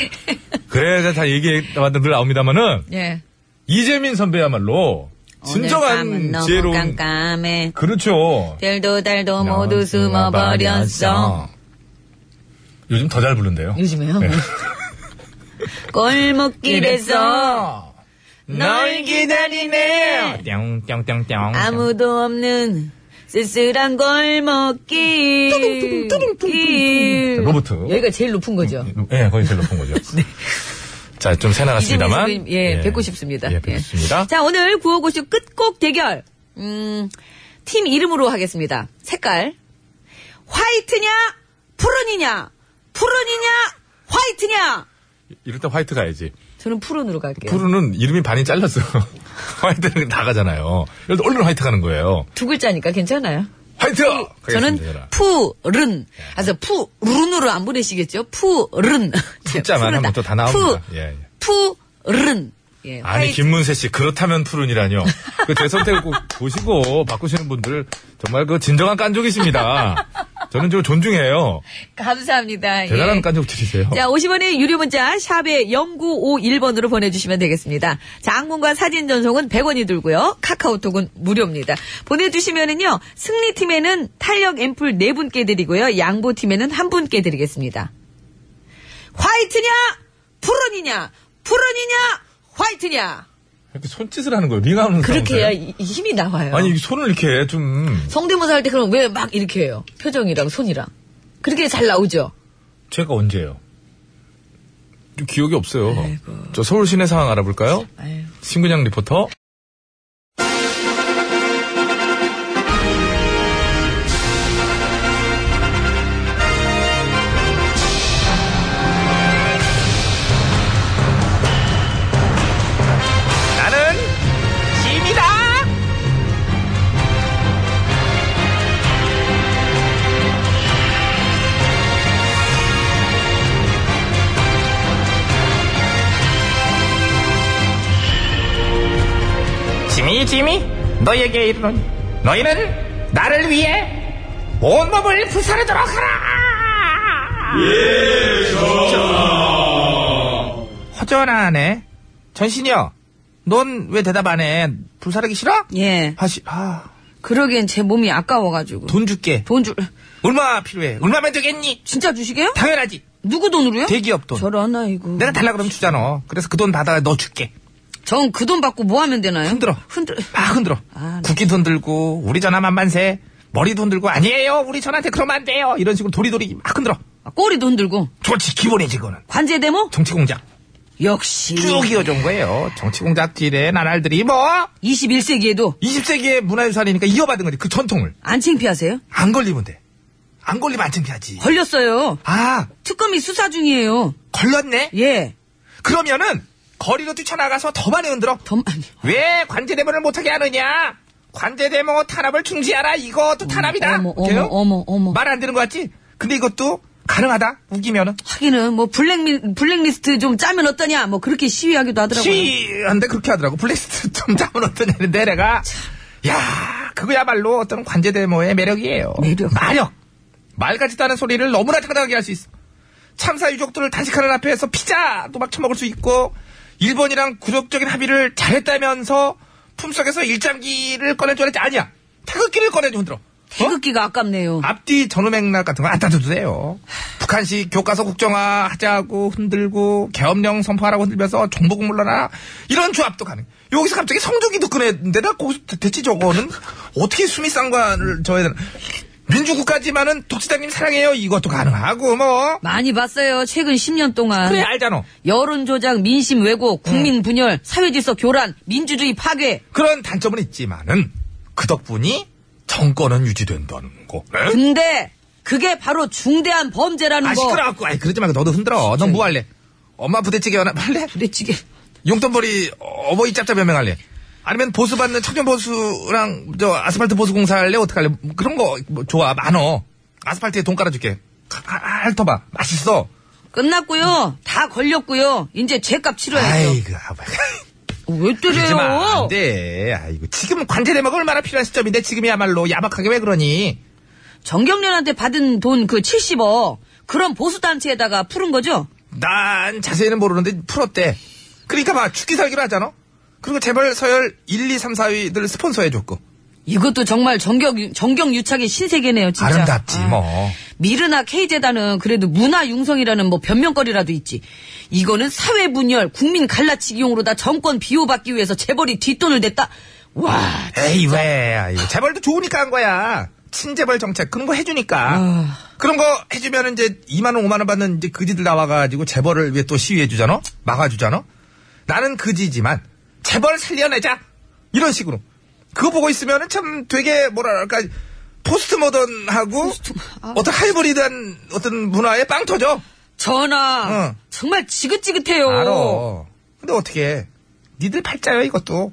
E: 그래서 다 얘기해봤는데 늘 나옵니다만은
H: 예.
E: 이재민 선배야말로
H: 오늘
E: 진정한
H: 밤은 너무
E: 지혜로운
H: 깜깜해.
E: 그렇죠.
H: 별도 달도 모두 숨어버렸어.
E: 요즘 더 잘 부른대요.
H: 요즘에요?
E: 네.
H: 골목길에서 널 기다리네.
E: 띵띵띵띵.
H: 아무도 없는 쓸쓸한 골목길.
E: 로버트.
H: 여기가 제일 높은 거죠.
E: 예, 거의 제일 높은 거죠. 자, 좀 새나갔습니다만.
H: 네. 이재민 선생님, 예, 뵙고 싶습니다.
E: 예, 뵙고 싶습니다.
H: 자, 오늘 9559 끝곡 대결. 음, 팀 이름으로 하겠습니다. 색깔. 화이트냐, 푸른이냐, 푸른이냐, 화이트냐.
E: 이럴 때 화이트 가야지.
H: 저는 푸른으로 갈게요.
E: 푸르는 이름이 반이 잘렸어. 화이트는 나가잖아요. 이럴 때 얼른 화이트 가는 거예요.
H: 두 글자니까 괜찮아요.
E: 화이트!
H: 저는
E: 가겠습니다, 예. 저랑.
H: 푸른. 그래서 푸른으로 안 보내시겠죠? 푸른.
E: 푸자만 하면 또다 나옵니다.
H: 푸,
E: 예, 예.
H: 푸른. 예,
E: 아니,
H: 화이트.
E: 김문세 씨, 그렇다면 푸른이라뇨. 그 제 선택을 꼭 보시고 바꾸시는 분들 정말 그 진정한 깐족이십니다. 저는 좀 존중해요.
H: 감사합니다.
E: 대단한
H: 예.
E: 깐족들이세요.
H: 자, 50원의 유료 문자 샵에 0951번으로 보내주시면 되겠습니다. 장문과 사진 전송은 100원이 들고요. 카카오톡은 무료입니다. 보내주시면은요. 승리팀에는 탄력 앰플 4분께 드리고요. 양보팀에는 1분께 드리겠습니다. 화이트냐? 푸른이냐? 푸른이냐? 아, 화이트냐?
E: 이렇게 손짓을 하는 거예요. 미감을
H: 그렇게 해야
E: 가운데.
H: 이- 이 힘이 나와요.
E: 아니, 이 손을 이렇게 좀,
H: 성대모사 할 때 그럼 왜 막 이렇게 해요? 표정이랑 손이랑. 그렇게 잘 나오죠?
E: 제가 언제예요? 좀 기억이 없어요. 저 서울 시내 상황 알아볼까요?
H: 아유.
E: 신근양 리포터.
A: 나는 짐이다. 심히 너에게 이르노니 너희는 나를 위해 온 몸을 부사르도록 하라. 예, 허전하네. 전신이여, 넌 왜 대답 안 해? 불사르기 싫어?
H: 예.
A: 하시, 아,
H: 그러기엔 제 몸이 아까워가지고.
A: 돈 줄게.
H: 돈 줄,
A: 얼마 필요해? 얼마면 되겠니?
H: 진짜 주시게요?
A: 당연하지.
H: 누구 돈으로요?
A: 대기업 돈.
H: 저런, 아이고.
A: 내가 달라 그러면 주잖아. 그래서 그 돈 받아 너 줄게.
H: 전 그 돈 받고 뭐 하면 되나요?
A: 흔들어.
H: 흔들어.
A: 막 흔들어.
H: 아, 네.
A: 국기 돈 들고 우리 전화 만만세. 머리 돈 들고 아니에요. 우리 전한테 그러면 안 돼요. 이런 식으로 도리도리 막 흔들어.
H: 아, 꼬리도 흔들고.
A: 좋지 기본이지 그거는.
H: 관제 대모?
A: 정치 공작.
H: 역시.
A: 쭉 이어준 거예요. 정치 공작질의 나날들이 뭐
H: 21세기에도
A: 20세기의 문화유산이니까 이어받은 거지. 그 전통을
H: 안 창피하세요?
A: 안 걸리면 돼. 안 걸리면 안 창피하지.
H: 걸렸어요.
A: 아
H: 특검이 수사 중이에요.
A: 걸렸네.
H: 예.
A: 그러면은 거리로 뛰쳐나가서 더 많이 흔들어.
H: 더 많이.
A: 왜 관제대모를 못하게 하느냐? 관제대모 탄압을 중지하라. 이것도 탄압이다.
H: 어머, 어머,
A: 그래요?
H: 어머, 어머.
A: 말 안 되는 것 같지? 근데 이것도 가능하다. 우기면은.
H: 하기는 뭐 블랙 블랙리스트 좀 짜면 어떠냐 뭐 그렇게 시위하기도 하더라고요.
A: 시한데 그렇게 하더라고. 블랙스트 좀 잡은 어떠냐는데 내가. 야 그거야말로 어떤 관제대모의 매력이에요.
H: 매력.
A: 마력. 말 같지도 않은 소리를 너무나 당당하게 할 수 있어. 참사 유족들을 단식하는 앞에서 피자도 막 처먹을 수 있고 일본이랑 굴욕적인 합의를 잘했다면서 품속에서 일장기를 꺼낸 줄 알았지 아니야. 태극기를 꺼내줘 흔들어. 어?
H: 태극기가 아깝네요.
A: 앞뒤 전후 맥락 같은 거 안 따져도 돼요. 북한식 교과서 국정화 하자고 흔들고 계엄령 선포하라고 흔들면서 정보국 물러나 이런 조합도 가능. 여기서 갑자기 성조기도 꺼내는데다 거기서 대- 대체 저거는 어떻게 수미상관을 저야 되나. 민주국가지만은 독재자님 사랑해요 이것도 가능하고 뭐.
H: 많이 봤어요. 최근 10년 동안
A: 그래 알잖아.
H: 여론 조작, 민심 왜곡, 국민 분열, 사회 질서 교란, 민주주의 파괴.
A: 그런 단점은 있지만은 그 덕분이 정권은 유지된다는 거. 에?
H: 근데 그게 바로 중대한 범죄라는
A: 아
H: 거.
A: 시끄러워. 아이 그러지 말고 너도 흔들어. 넌 뭐 할래? 엄마 부대찌개 하나 할래?
H: 부대찌개.
A: 용돈벌이 어버이 짭짭 연맹할래? 아니면 보수 받는 청년 보수랑 저 아스팔트 보수 공사 할래? 어떻게 할래? 뭐 그런 거 뭐 좋아 많어. 아스팔트에 돈 깔아줄게. 가- 아, 핥아봐. 맛있어.
H: 끝났고요. 다 걸렸고요. 이제 죄값 치러야죠. 어,
A: 아이고, 아빠.
H: 왜
A: 그러지 마. 안
H: 때려요?
A: 돼. 아이고. 지금 관제 대목 얼마나 필요한 시점인데 지금이야말로 야박하게 왜 그러니?
H: 정경련한테 받은 돈 그 70억. 그런 보수단체에다가 푸른 거죠?
A: 난 자세히는 모르는데 풀었대. 그러니까 막 죽기 살기로 하잖아. 그리고 재벌 서열 1, 2, 3, 4위들 스폰서해줬고.
H: 이것도 정말 정경, 정경유착의 신세계네요, 진짜.
A: 아름답지
H: 아.
A: 뭐.
H: 미르나 K재단은 그래도 문화융성이라는 뭐 변명거리라도 있지. 이거는 사회분열, 국민 갈라치기용으로다 정권 비호받기 위해서 재벌이 뒷돈을 냈다. 와,
A: 에이 왜 아이고, 재벌도 좋으니까 한 거야 친재벌 정책 그런 거 해주니까 그런 거 해주면 이제 2만 원 5만 원 받는 이제 그지들 나와가지고 재벌을 위해 또 시위해 주잖아 막아 주잖아 나는 그지지만 재벌 살려내자 이런 식으로 그거 보고 있으면은 참 되게 뭐랄까 포스트모던하고 아. 어떤 하이브리드한 어떤 문화에 빵 터져
H: 전하.
A: 응.
H: 정말
A: 어.
H: 지긋지긋해요.
A: 알아 근데 어떻게 니들 팔자야 이것도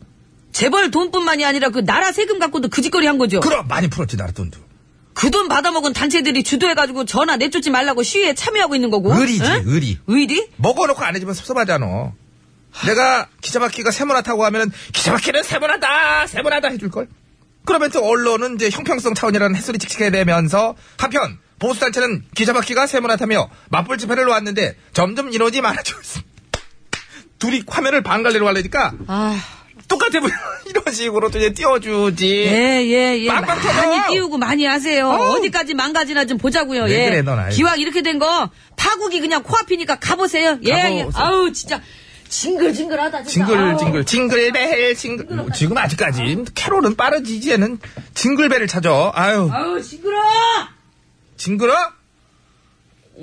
H: 재벌 돈뿐만이 아니라 그 나라 세금 갖고도 그 짓거리 한 거죠.
A: 그럼 많이 풀었지 나라 돈도
H: 그 돈 받아먹은 단체들이 주도해가지고 전화 내쫓지 말라고 시위에 참여하고 있는 거고.
A: 의리지
H: 응?
A: 의리
H: 의리?
A: 먹어놓고 안 해주면 섭섭하잖아. 내가 기차바퀴가 세모나타고 하면은 기차바퀴는 세모나다 세모나다 해줄걸. 그러면 또 언론은 이제 형평성 차원이라는 햇소리 칙칙해 내면서 한편 보수단체는 기차바퀴가 세모나타며 맞불 집회를 놓았는데 점점 인원이 많아지고 있습니다. 둘이 화면을 반갈래로 하려니까
H: 아.
A: 똑같아 보여. 이런 식으로 또 이제 띄워주지.
H: 예, 예, 예.
A: 빵빵 터져.
H: 많이 띄우고 많이 하세요.
A: 어우.
H: 어디까지 망가지나 좀 보자고요.
A: 왜
H: 예.
A: 그래, 넌 아이.
H: 기왕 이렇게 된 거, 파국이 그냥 코앞이니까 가보세요. 예, 예.
A: 가보세요.
H: 아우, 진짜. 징글징글하다, 진짜. 아우.
A: 징글징글 징글벨 징글 뭐, 지금 아직까지 캐롤은 빠르지 이제는 징글벨을 찾아 아유
H: 아우, 징글어!
A: 징그러?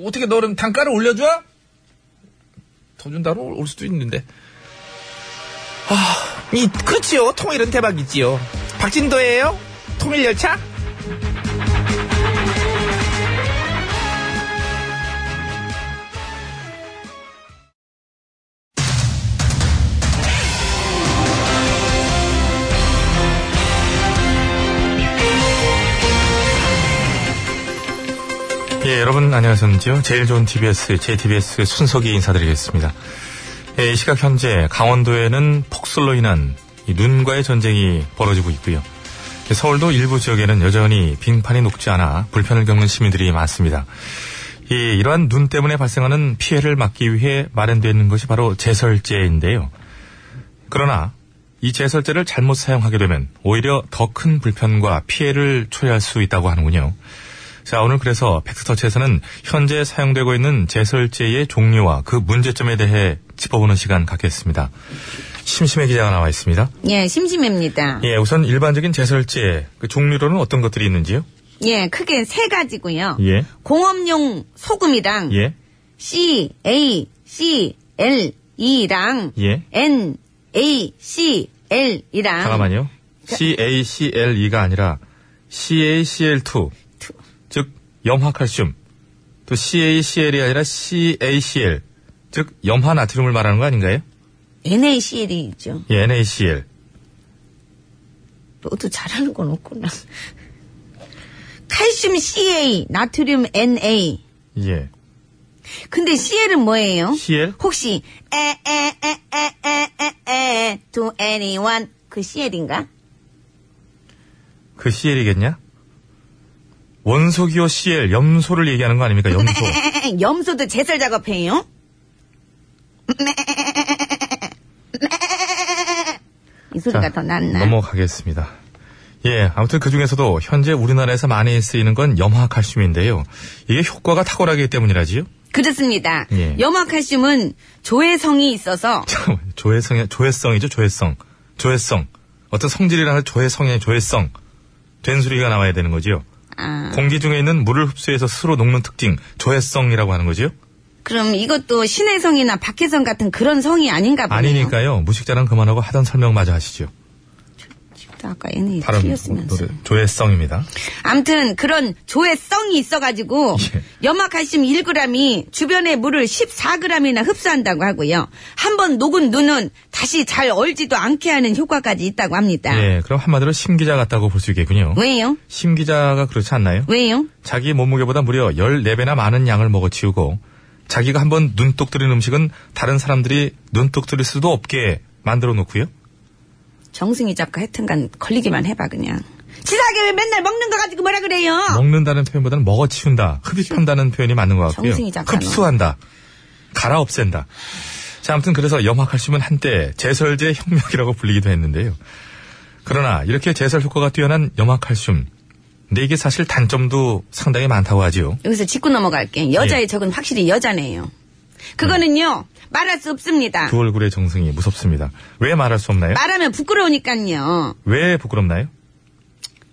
A: 어떻게 너는 단가를 올려줘? 더 준다로 올 수도 있는데. 아, 이, 그렇지요. 통일은 대박이지요. 박진도예요? 통일열차?
E: 예, 여러분 안녕하셨는지요? 제일 좋은 TBS, JTBS 순서기 인사드리겠습니다. 예, 이 시각 현재 강원도에는 폭설로 인한 이 눈과의 전쟁이 벌어지고 있고요. 예, 서울도 일부 지역에는 여전히 빙판이 녹지 않아 불편을 겪는 시민들이 많습니다. 이, 이러한 눈 때문에 발생하는 피해를 막기 위해 마련되는 것이 바로 제설제인데요. 그러나 이 제설제를 잘못 사용하게 되면 오히려 더 큰 불편과 피해를 초래할 수 있다고 하는군요. 자, 오늘 그래서 팩스터치에서는 현재 사용되고 있는 제설제의 종류와 그 문제점에 대해 짚어보는 시간 갖겠습니다. 심심해 기자가 나와 있습니다.
G: 예, 심심합니다.
E: 예, 우선 일반적인 제설제 그 종류로는 어떤 것들이 있는지요?
G: 예, 크게 세 가지고요.
E: 예.
G: 공업용 소금이랑
E: 예.
G: C A C L E랑
E: 예.
G: N A C L 이랑
E: 잠깐만요. CACL2가 아니라 CACL2. 즉, 염화칼슘. 또 CACL이 아니라 CACL. 즉, 염화나트륨을 말하는 거 아닌가요?
G: NaCl이 있죠.
E: 예, NaCl.
G: 너도 잘하는 건 없구나. 칼슘 CA, 나트륨 NA.
E: 예.
G: 근데 CL은 뭐예요?
E: CL?
G: 혹시 에에에에에에에 to anyone 그 CL인가?
E: 그 CL이겠냐? 원소기호 CL, 염소를 얘기하는 거 아닙니까? 염소.
G: 에에에, 염소도 제설 작업해요? 이 소리가 더 낫나?
E: 넘어가겠습니다. 예, 아무튼 그 중에서도 현재 우리나라에서 많이 쓰이는 건 염화칼슘인데요. 이게 효과가 탁월하기 때문이라지요?
G: 그렇습니다.
E: 예.
G: 염화칼슘은 조해성이 있어서
E: 잠깐만요. 조회성, 조회성이죠, 조회성. 조회성. 어떤 성질이라는 조회성의 조회성. 된소리가 나와야 되는 거지요.
G: 아,
E: 공기 중에 있는 물을 흡수해서 스스로 녹는 특징, 조회성이라고 하는 거지요.
G: 아, 그럼 이것도 신혜성이나 박혜성 같은 그런 성이 아닌가 보네요.
E: 아니니까요. 무식자랑 그만하고 하던 설명마저 하시죠.
G: 또 아까 얘는
E: 다른
G: 틀렸으면서.
E: 노래, 조회성입니다.
G: 암튼 그런 조회성이 있어가지고
E: 예.
G: 염화칼슘 1g이 주변의 물을 14g이나 흡수한다고 하고요. 한 번 녹은 눈은 다시 잘 얼지도 않게 하는 효과까지 있다고 합니다. 음.
E: 예, 그럼 한마디로 심기자 같다고 볼 수 있겠군요.
G: 왜요?
E: 심기자가 그렇지 않나요?
G: 왜요?
E: 자기 몸무게보다 무려 14배나 많은 양을 먹어치우고 자기가 한번 눈독 들인 음식은 다른 사람들이 눈독 들일 수도 없게 만들어 놓고요.
G: 정승희 작가 하여튼간 걸리기만 해봐 그냥. 지사하게 왜 맨날 먹는 거 가지고 뭐라 그래요?
E: 먹는다는 표현보다는 먹어치운다, 흡입한다는 표현이 맞는 것 같고요.
G: 아, 그렇죠. 정승희 작가는.
E: 흡수한다, 갈아 없앤다. 자, 아무튼 그래서 염화칼슘은 한때 제설제 혁명이라고 불리기도 했는데요. 그러나 이렇게 제설 효과가 뛰어난 염화칼슘, 근데 이게 사실 단점도 상당히 많다고 하지요.
G: 여기서 짚고 넘어갈게. 여자의
E: 예.
G: 적은 확실히 여자네요. 그거는요 말할 수 없습니다.
E: 두 얼굴의 정승이 무섭습니다. 왜 말할 수 없나요?
G: 말하면 부끄러우니까요.
E: 왜 부끄럽나요?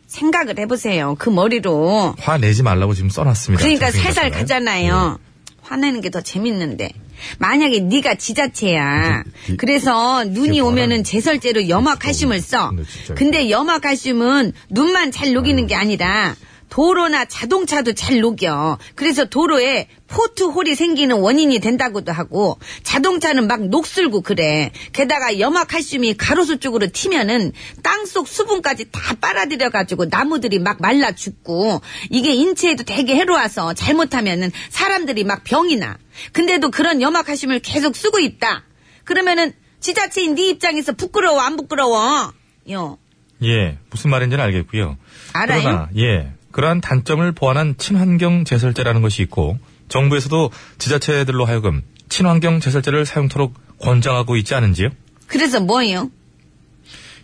G: 생각을 해보세요. 그 머리로.
E: 화내지 말라고 지금 써놨습니다.
G: 그러니까
E: 정승희
G: 살살
E: 작가가요.
G: 가잖아요. 예. 화내는 게 더 재밌는데. 만약에 네가 지자체야.
E: 이- 이-
G: 그래서 눈이
E: 뭐라는-
G: 오면은 제설제로 염화칼슘을 써.
E: 근데 진짜-
G: 근데 염화칼슘은 눈만 잘 녹이는 게 아니라 도로나 자동차도 잘 녹여. 그래서 도로에 포트홀이 생기는 원인이 된다고도 하고 자동차는 막 녹슬고 그래. 게다가 염화칼슘이 가로수 쪽으로 튀면은 땅속 수분까지 다 빨아들여 가지고 나무들이 막 말라 죽고 이게 인체에도 되게 해로워서 잘못하면은 사람들이 막 병이 나. 근데도 그런 염화칼슘을 계속 쓰고 있다. 그러면은 지자체인 네 입장에서 부끄러워 안 부끄러워? 요.
E: 예, 무슨 말인지는 알겠고요.
G: 알아요?
E: 그러나, 예, 그러한 단점을 보완한 친환경 제설제라는 것이 있고 정부에서도 지자체들로 하여금 친환경 제설제를 사용토록 권장하고 있지 않은지요?
G: 그래서 뭐예요?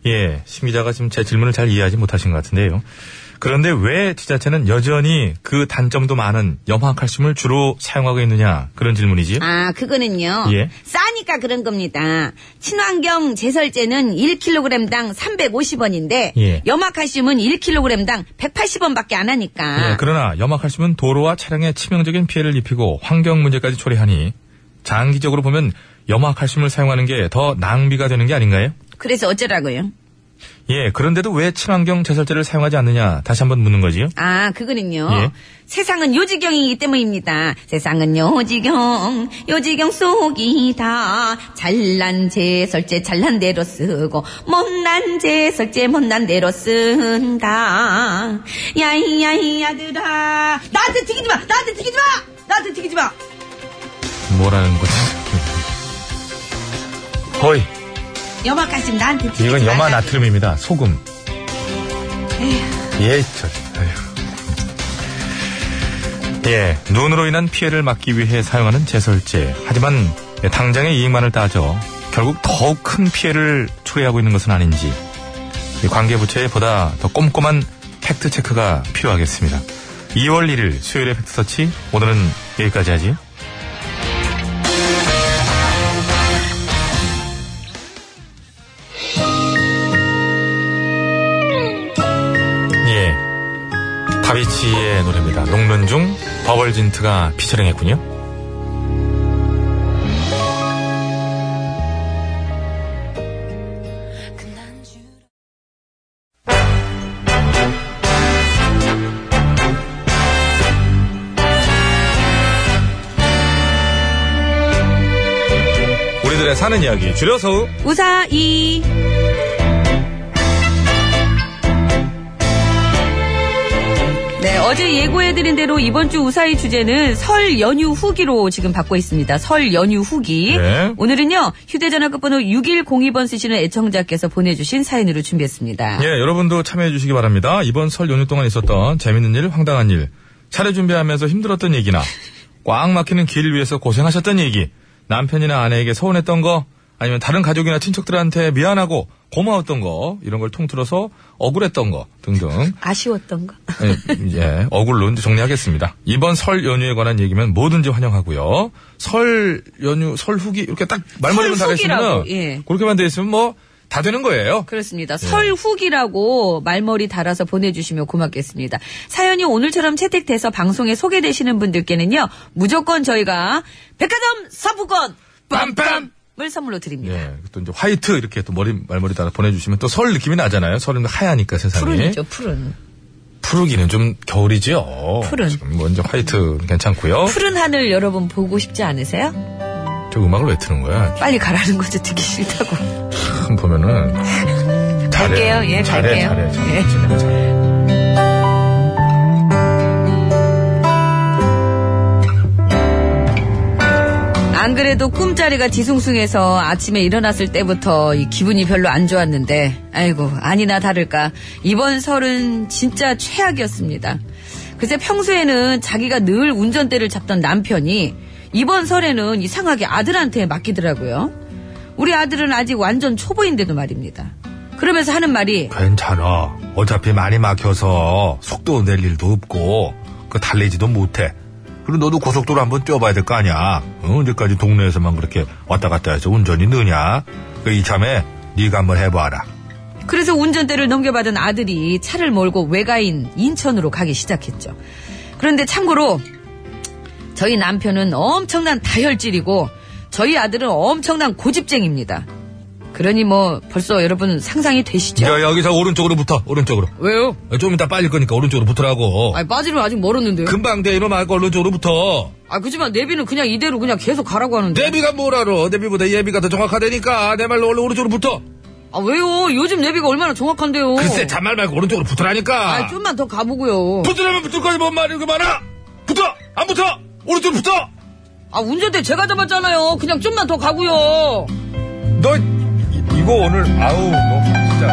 E: 예, 심 기자가 지금 제 질문을 잘 이해하지 못하신 것 같은데요. 그런데 왜 지자체는 여전히 그 단점도 많은 염화칼슘을 주로 사용하고 있느냐 그런 질문이지요?
G: 아, 그거는요.
E: 예.
G: 싸니까 그런 겁니다. 친환경 제설제는 1kg당 350원인데
E: 예.
G: 염화칼슘은 1kg당 180원밖에 안 하니까.
E: 예, 그러나 염화칼슘은 도로와 차량에 치명적인 피해를 입히고 환경 문제까지 초래하니 장기적으로 보면 염화칼슘을 사용하는 게 더 낭비가 되는 게 아닌가요?
G: 래서 어쩌라고요?
E: 예, 그런데도 왜 친환경 제설제를 사용하지 않느냐 다시 한번 묻는 거지요?
G: 아, 그거는요.
E: 예.
G: 세상은 요지경이기 때문입니다. 세상은 요지경, 요지경 속이다. 잘난 제설제 잘난 대로 쓰고, 못난 제설제 못난 대로 쓴다. 야이야이, 아들아. 나한테 튀기지 마! 나한테 튀기지 마! 나한테 튀기지 마!
E: 뭐라는 거지? 허이,
I: 여마까지 나한테 들이지
E: 이건 염화
G: 아, 네.
I: 말라.
E: 나트륨입니다. 소금. 예, 저, 아휴. 예, 눈으로 인한 피해를 막기 위해 사용하는 제설제. 하지만 당장의 이익만을 따져 결국 더욱 큰 피해를 초래하고 있는 것은 아닌지 이 관계부처에 보다 더 꼼꼼한 팩트 체크가 필요하겠습니다. 2월 1일 수요일의 팩트서치 오늘은 여기까지 하지요. 예. 다비치의 노래입니다. 녹는 중 버벌진트가 피처링했군요. 우리들의 사는 이야기 줄여서
G: 우사이. 네, 어제 예고해드린 대로 이번 주 우사히 주제는 설 연휴 후기로 지금 받고 있습니다. 설 연휴 후기.
E: 네.
G: 오늘은요, 휴대전화 끝번호 6102번 쓰시는 애청자께서 보내주신 사연으로 준비했습니다.
E: 예, 여러분도 참여해 주시기 바랍니다. 이번 설 연휴 동안 있었던 재밌는 일, 황당한 일, 차례 준비하면서 힘들었던 얘기나 꽉 막히는 길을 위해서 고생하셨던 얘기, 남편이나 아내에게 서운했던 거, 아니면 다른 가족이나 친척들한테 미안하고 고마웠던 거, 이런 걸 통틀어서 억울했던 거 등등.
G: 아쉬웠던 거?
E: 예, 예, 억울로 이제 정리하겠습니다. 이번 설 연휴에 관한 얘기면 뭐든지 환영하고요. 설 연휴, 설 후기 이렇게 딱 말머리만
G: 설 후기라고,
E: 달했으면
G: 예.
E: 그렇게만 돼 있으면 뭐 다 되는 거예요.
G: 그렇습니다. 설 후기라고 말머리 달아서 보내주시면 고맙겠습니다. 사연이 오늘처럼 채택돼서 방송에 소개되시는 분들께는요, 무조건 저희가 백화점 사부권!
E: 빰빰!
G: 을 선물로 드립니다.
E: 예, 또 이제 화이트 이렇게 또 머리 말머리 따라 보내주시면 또 설 느낌이 나잖아요. 설은 그 하야니까 세상이.
G: 푸른이죠, 푸른.
E: 푸르기는 좀 겨울이지요.
G: 푸른.
E: 지금 먼저 화이트 괜찮고요.
G: 푸른 하늘 여러분 보고 싶지 않으세요?
E: 저 음악을 왜 트는 거야?
G: 빨리 가라는 거죠. 듣기 싫다고.
E: 참 보면은 잘해.
G: 갈게요. 예,
E: 잘해, 잘해,
G: 갈게요.
E: 잘해.
G: 예.
E: 진짜 잘해.
G: 안 그래도 꿈자리가 뒤숭숭해서 아침에 일어났을 때부터 이 기분이 별로 안 좋았는데, 아이고, 아니나 다를까. 이번 설은 진짜 최악이었습니다. 글쎄 평소에는 자기가 늘 운전대를 잡던 남편이 이번 설에는 이상하게 아들한테 맡기더라고요. 우리 아들은 아직 완전 초보인데도 말입니다. 그러면서 하는 말이,
E: 괜찮아. 어차피 많이 막혀서 속도 낼 일도 없고 그 달리지도 못해. 그리고 너도 고속도로 한번 뛰어봐야 될 거 아니야. 어, 언제까지 동네에서만 그렇게 왔다 갔다 해서 운전이 느냐? 그 이참에 네가 한번 해봐라.
G: 그래서 운전대를 넘겨받은 아들이 차를 몰고 외가인 인천으로 가기 시작했죠. 그런데 참고로 저희 남편은 엄청난 다혈질이고 저희 아들은 엄청난 고집쟁입니다. 그러니 뭐 벌써 여러분 상상이 되시죠?
E: 야, 여기서 오른쪽으로 붙어. 오른쪽으로.
G: 왜요?
E: 좀 이따 빠질 거니까 오른쪽으로 붙으라고.
G: 아니 네. 빠지면 아직 멀었는데요.
E: 금방 돼. 네, 이놈 알고 오른쪽으로 붙어.
G: 아 그지만 내비는 그냥 이대로 그냥 계속 가라고 하는데.
E: 내비가 뭘 알아. 내비보다 예비가 더 정확하다니까. 내 말로 얼른 오른쪽으로 붙어.
G: 아 왜요? 요즘 내비가 얼마나 정확한데요.
E: 글쎄, 잔말 말고 오른쪽으로 붙으라니까.
G: 아 좀만 더 가보고요.
E: 붙으려면 붙을 거지 뭔 말이 그 많아. 붙어. 안 붙어. 오른쪽으로 붙어.
G: 아 운전대 제가 잡았잖아요. 그냥 좀만 더 가고요.
E: 너 이- 이거 오늘 아우 너 진짜.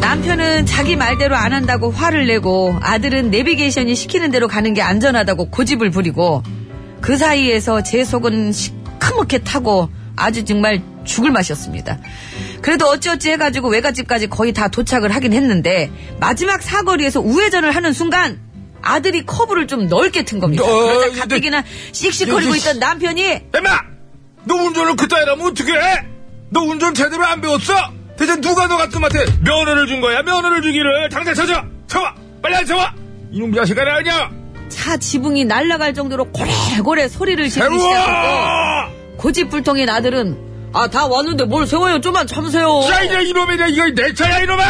G: 남편은 자기 말대로 안 한다고 화를 내고 아들은 내비게이션이 시키는 대로 가는 게 안전하다고 고집을 부리고 그 사이에서 제 속은 시커멓게 타고 아주 정말 죽을 맛이었습니다. 그래도 어찌어찌 해가지고 외갓집까지 거의 다 도착을 하긴 했는데 마지막 사거리에서 우회전을 하는 순간 아들이 커브를 좀 넓게 튼 겁니다.
E: 어,
G: 그러다
E: 근데-
G: 가뜩이나 씩씩거리고
E: 여기-
G: 있던 남편이
E: 엠마. 너 운전을 그따위로 하면 어떻게 해? 너 운전 제대로 안 배웠어? 대체 누가 너 같은 맛에 면허를 준 거야? 면허를 주기를 당장 찾아. 잡아. 빨리 안 잡아. 이놈 자식아 나 아니야.
G: 차 지붕이 날아갈 정도로 고래고래 소리를 지르기
E: 괴로워.
G: 시작했고 고집불통인 아들은 아 다 왔는데 뭘 세워요 좀만 참으세요
E: 야 이제 이놈이야 이거 내 차야 이놈아.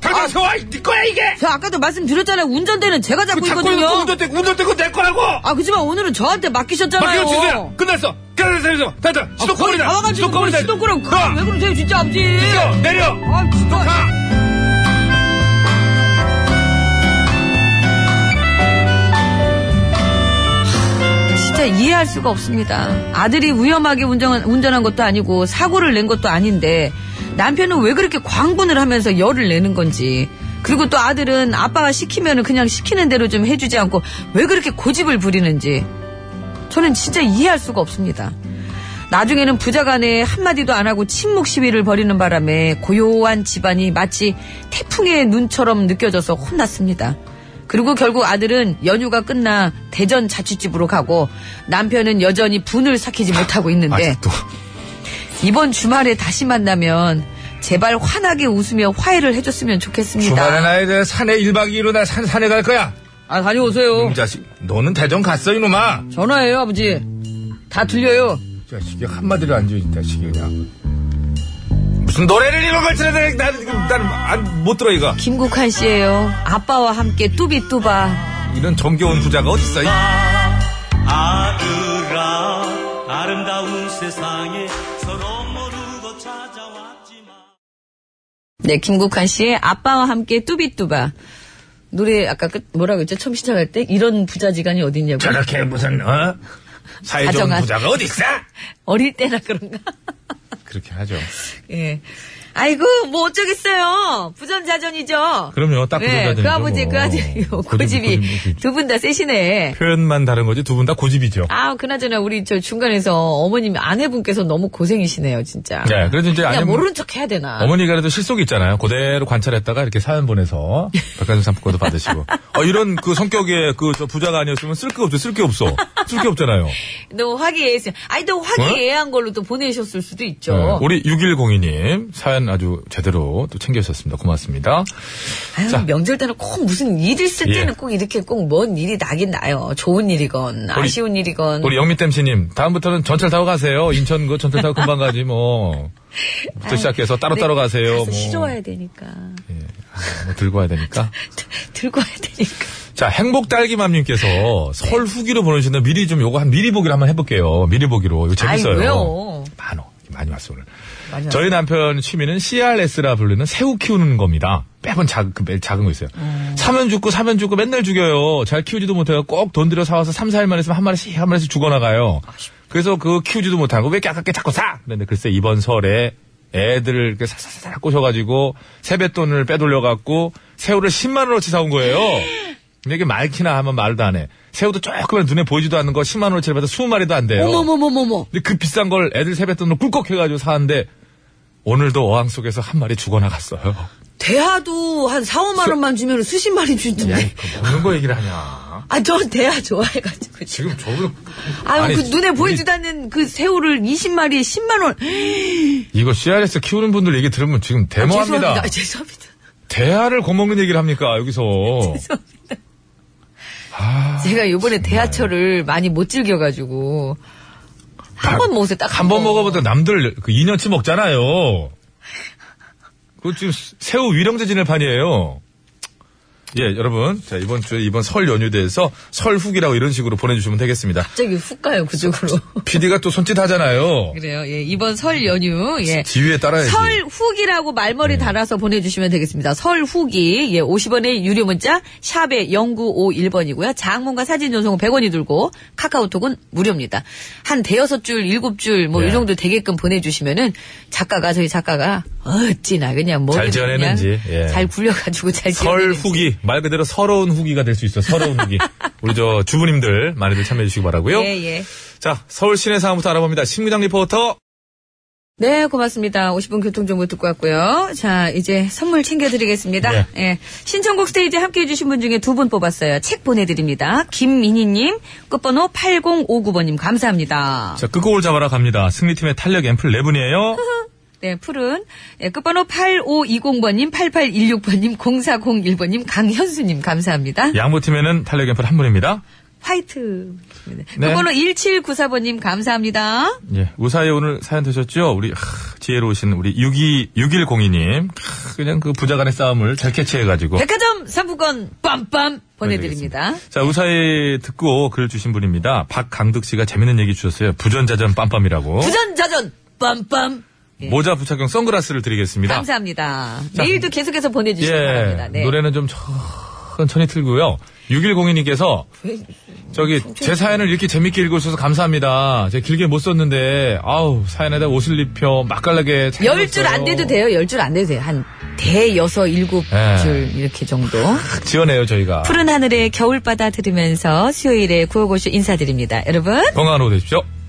E: 당장
G: 아.
E: 세워. 네 거야 이게.
G: 제가 아까도 말씀드렸잖아요 운전대는 제가
E: 그
G: 잡고
E: 자꾸
G: 있거든요
E: 운전대 운전대고 내 거라고.
G: 아 그지만 오늘은 저한테 맡기셨잖아요
E: 막히고 주세요. 끝났어. 끝났어. 다다.
G: 아,
E: 시동
G: 거의
E: 꺼버리자.
G: 다 와가지고
E: 시동 꺼버리자.
G: 시동 끄라고
E: 가.
G: 왜 그러세요 진짜 아버지
E: 뛰어. 내려.
G: 아 진짜
E: 가.
G: 진짜 이해할 수가 없습니다. 아들이 위험하게 운전한, 운전한 것도 아니고 사고를 낸 것도 아닌데 남편은 왜 그렇게 광분을 하면서 열을 내는 건지 그리고 또 아들은 아빠가 시키면 그냥 시키는 대로 좀 해주지 않고 왜 그렇게 고집을 부리는지 저는 진짜 이해할 수가 없습니다. 나중에는 부자간에 한마디도 안 하고 침묵 시위를 벌이는 바람에 고요한 집안이 마치 태풍의 눈처럼 느껴져서 혼났습니다. 그리고 결국 아들은 연휴가 끝나 대전 자취집으로 가고 남편은 여전히 분을 삭히지 못하고 있는데
J: 아직도.
G: 이번 주말에 다시 만나면 제발 환하게 웃으며 화해를 해줬으면 좋겠습니다.
E: 주말에 나야 돼. 그 산에 1박 2일로 나 산, 산에 갈 거야.
G: 아 다녀오세요.
E: 이 자식, 너는 대전 갔어, 이놈아.
G: 전화해요 아버지. 다 들려요.
E: 이 자식이 한마디로 안 줘이 자식이 그냥. 무슨 노래를 이런 걸 틀어야 돼. 나는, 지금 나는 안, 못 들어, 이거.
G: 김국환 씨예요. 아빠와 함께 뚜비뚜바.
E: 이런 정겨운 부자가 어딨어, 이.
G: 아.
K: 아들아 아름다운 세상에 서로 모르고 찾아왔지만
G: 네, 김국환 씨의 아빠와 함께 뚜비뚜바. 노래 아까 끝 뭐라고 했죠? 처음 시작할 때 이런 부자지간이 어딨냐고.
E: 저렇게 무슨, 어? 사회 좋은
G: 다정한.
E: 부자가 어딨어?
G: 어릴 때나 그런가?
E: 그렇게 하죠.
G: 예. 아이고 뭐 어쩌겠어요. 부전자전이죠.
E: 그럼요, 딱그
G: 예,
E: 부자전이죠,
G: 그 아버지
E: 뭐.
G: 그 아들이
E: 고집,
G: 고집이
E: 고집.
G: 두 분 다 세시네.
E: 표현만 다른 거지 두 분 다 고집이죠.
G: 아, 그나저나 우리 저 중간에서 어머님 아내분께서 너무 고생이시네요, 진짜.
E: 네, 그래도 이제
G: 그냥
E: 아니면-
G: 모르는 척 해야 되나?
E: 어머니가 그래도 실속이 있잖아요. 그대로 관찰했다가 이렇게 사연 보내서 백화점 상품권도 받으시고. 어, 이런 그 성격의 그 저 부자가 아니었으면 쓸 게 없죠. 쓸 게 없어. 쓸 게 없잖아요.
G: 너무 화기애애했어요. 아니, 너무 화기애애한 걸로 또 보내셨을 수도 있죠.
E: 네, 우리 6102님 사연 아주 제대로 또 챙겨주셨습니다. 고맙습니다.
G: 아유,
E: 자.
G: 명절 때는 꼭 무슨 일 있을 때는
E: 예.
G: 꼭 이렇게 꼭 뭔 일이 나긴 나요. 좋은 일이건, 아쉬운 일이건.
E: 우리 영미땜씨님 다음부터는 전철 타고 가세요. 인천 그 전철 타고 금방 가지 뭐. 부터 시작해서 따로따로 가세요.
G: 네. 가서
E: 뭐.
G: 실어와야 되니까.
E: 뭐 들고 와야 되니까.
G: 들고 와야 되니까.
E: 자,
G: 네.
E: 행복딸기맘님께서 설 후기로 보내주셨는데 미리 좀 요거 한 미리 보기로 한번 해볼게요. 미리 보기로. 이거 재밌어요.
G: 아이, 왜요?
E: 많어. 많이 왔어, 오늘.
G: 많이
E: 저희 남편 취미는 CRS라 부르는 새우 키우는 겁니다. 매번 작, 그 매- 작은 거 있어요.
G: 음.
E: 사면 죽고 사면 죽고 맨날 죽여요. 잘 키우지도 못해요. 꼭 돈 들여 사와서 3, 4일만 있으면 한 마리씩, 한 마리씩 죽어나가요. 그래서 그 키우지도 못하고 왜 이렇게 아깝게 자꾸 사! 근데 글쎄 이번 설에 애들을 이렇게 사사사 꼬셔가지고 세뱃돈을 빼돌려갖고 새우를 10만원어치 사온 거예요. 근데 이게 말키나 하면 말도 안 해. 새우도 조금만 눈에 보이지도 않는 거 10만원어치를 받아 20마리도 안 돼요.
G: 어머머머머머.
E: 근데 그 비싼 걸 애들 세뱃돈으로 꿀꺽 해가지고 사는데 오늘도 어항 속에서 한 마리 죽어나갔어요.
G: 대하도 한 4, 5만 원만 주면 수십 마리
E: 예.
G: 주는데.
E: 먹는 거 얘기를 하냐.
G: 아, 저는 대하 좋아해가지고.
E: 지금 저분
G: 아유,
E: 아니,
G: 그 눈에
E: 우리-
G: 보이지도 않는 그 새우를 20마리에 10만 원.
E: 이거 CRS 키우는 분들 얘기 들으면 지금 대모합니다.
G: 죄송합니다. 아, 죄송합니다.
E: 대하를 겁먹는 얘기를 합니까 여기서.
G: 죄송합니다. 제가 요번에 대하철을 많이 못 즐겨가지고. 한 번 먹었어요, 딱.
E: 한 번 먹어보다 남들 그 2년치 먹잖아요. 그 지금 새우 위령제 지낼 판이에요. 예, 여러분. 자, 이번 주에 이번 설 연휴 대해서 설 후기라고 이런 식으로 보내주시면 되겠습니다.
G: 갑자기 훅 가요, 그쪽으로.
E: PD가 또 손짓하잖아요.
G: 그래요, 예. 이번 설 연휴, 예.
E: 지휘에 따라야지. 예.
G: 설 후기라고 말머리 달아서 보내주시면 되겠습니다. 설 후기, 예, 50원의 유료 문자, 샵에 0951번이고요. 장문과 사진 전송은 100원이 들고, 카카오톡은 무료입니다. 한 대여섯 줄, 일곱 줄, 뭐,
E: 예.
G: 이 정도 되게끔 보내주시면은, 작가가, 저희 작가가, 어찌나, 그냥 뭐.
E: 잘 지어내는지, 예.
G: 잘 굴려가지고 잘
E: 설
G: 지어내는지.
E: 후기 말 그대로 서러운 후기가 될 수 있어 서러운 후기 우리 저 주부님들 많이들 참여해 주시기 바라고요
G: 예, 예.
E: 자 서울 시내 상황부터 알아봅니다 신미장 리포터
G: 네, 고맙습니다. 50분 교통정보 듣고 왔고요. 자, 이제 선물 챙겨드리겠습니다.
E: 네.
G: 예. 신청곡 스테이지 함께 해주신 분 중에 두 분 뽑았어요. 책 보내드립니다. 김민희님, 끝번호 8059번님, 감사합니다.
E: 자 끄고올 잡아라 갑니다 승리팀의 탄력 앰플 레븐이에요
G: 네, 푸른. 예, 끝번호 8520번님, 8816번님, 0401번님, 강현수님, 감사합니다.
E: 양보팀에는 탄력 앰플 한 분입니다
G: 화이트. 네.
E: 네.
G: 끝번호 1794번님, 감사합니다.
E: 예 우사히 오늘 사연 되셨죠 우리 하, 지혜로우신 우리 62 6102님 하, 그냥 그 부자간의 싸움을 잘 캐치해가지고
G: 백화점 상품권 빰빰 보내드립니다.
E: 자, 우사히 듣고 글 주신 분입니다. 박강득 씨가 재밌는 얘기 주셨어요. 부전자전 빰빰이라고.
G: 부전자전 빰빰. 예.
E: 모자 부착용 선글라스를 드리겠습니다.
G: 감사합니다.
E: 자, 예,
G: 내일도 계속해서 보내주시기 바랍니다. 네.
E: 노래는 좀 천천히 틀고요. 6102님께서 저기
G: 아,
E: 제 사연을 이렇게 재밌게 읽어주셔서 감사합니다. 제가 길게 못 썼는데 아우 사연에다 옷을 입혀 맛깔나게 잘
G: 열 줄
E: 썼어요.
G: 안 돼도 돼요. 열 줄 안 돼도 돼요. 한 대여섯 일곱
E: 예. 아.
G: 줄 이렇게 정도.
E: 탁 지어내요 저희가.
G: 푸른 하늘의 겨울바다 들으면서 수요일에 구호고쇼 인사드립니다. 여러분.
E: 건강한 오후 되십시오.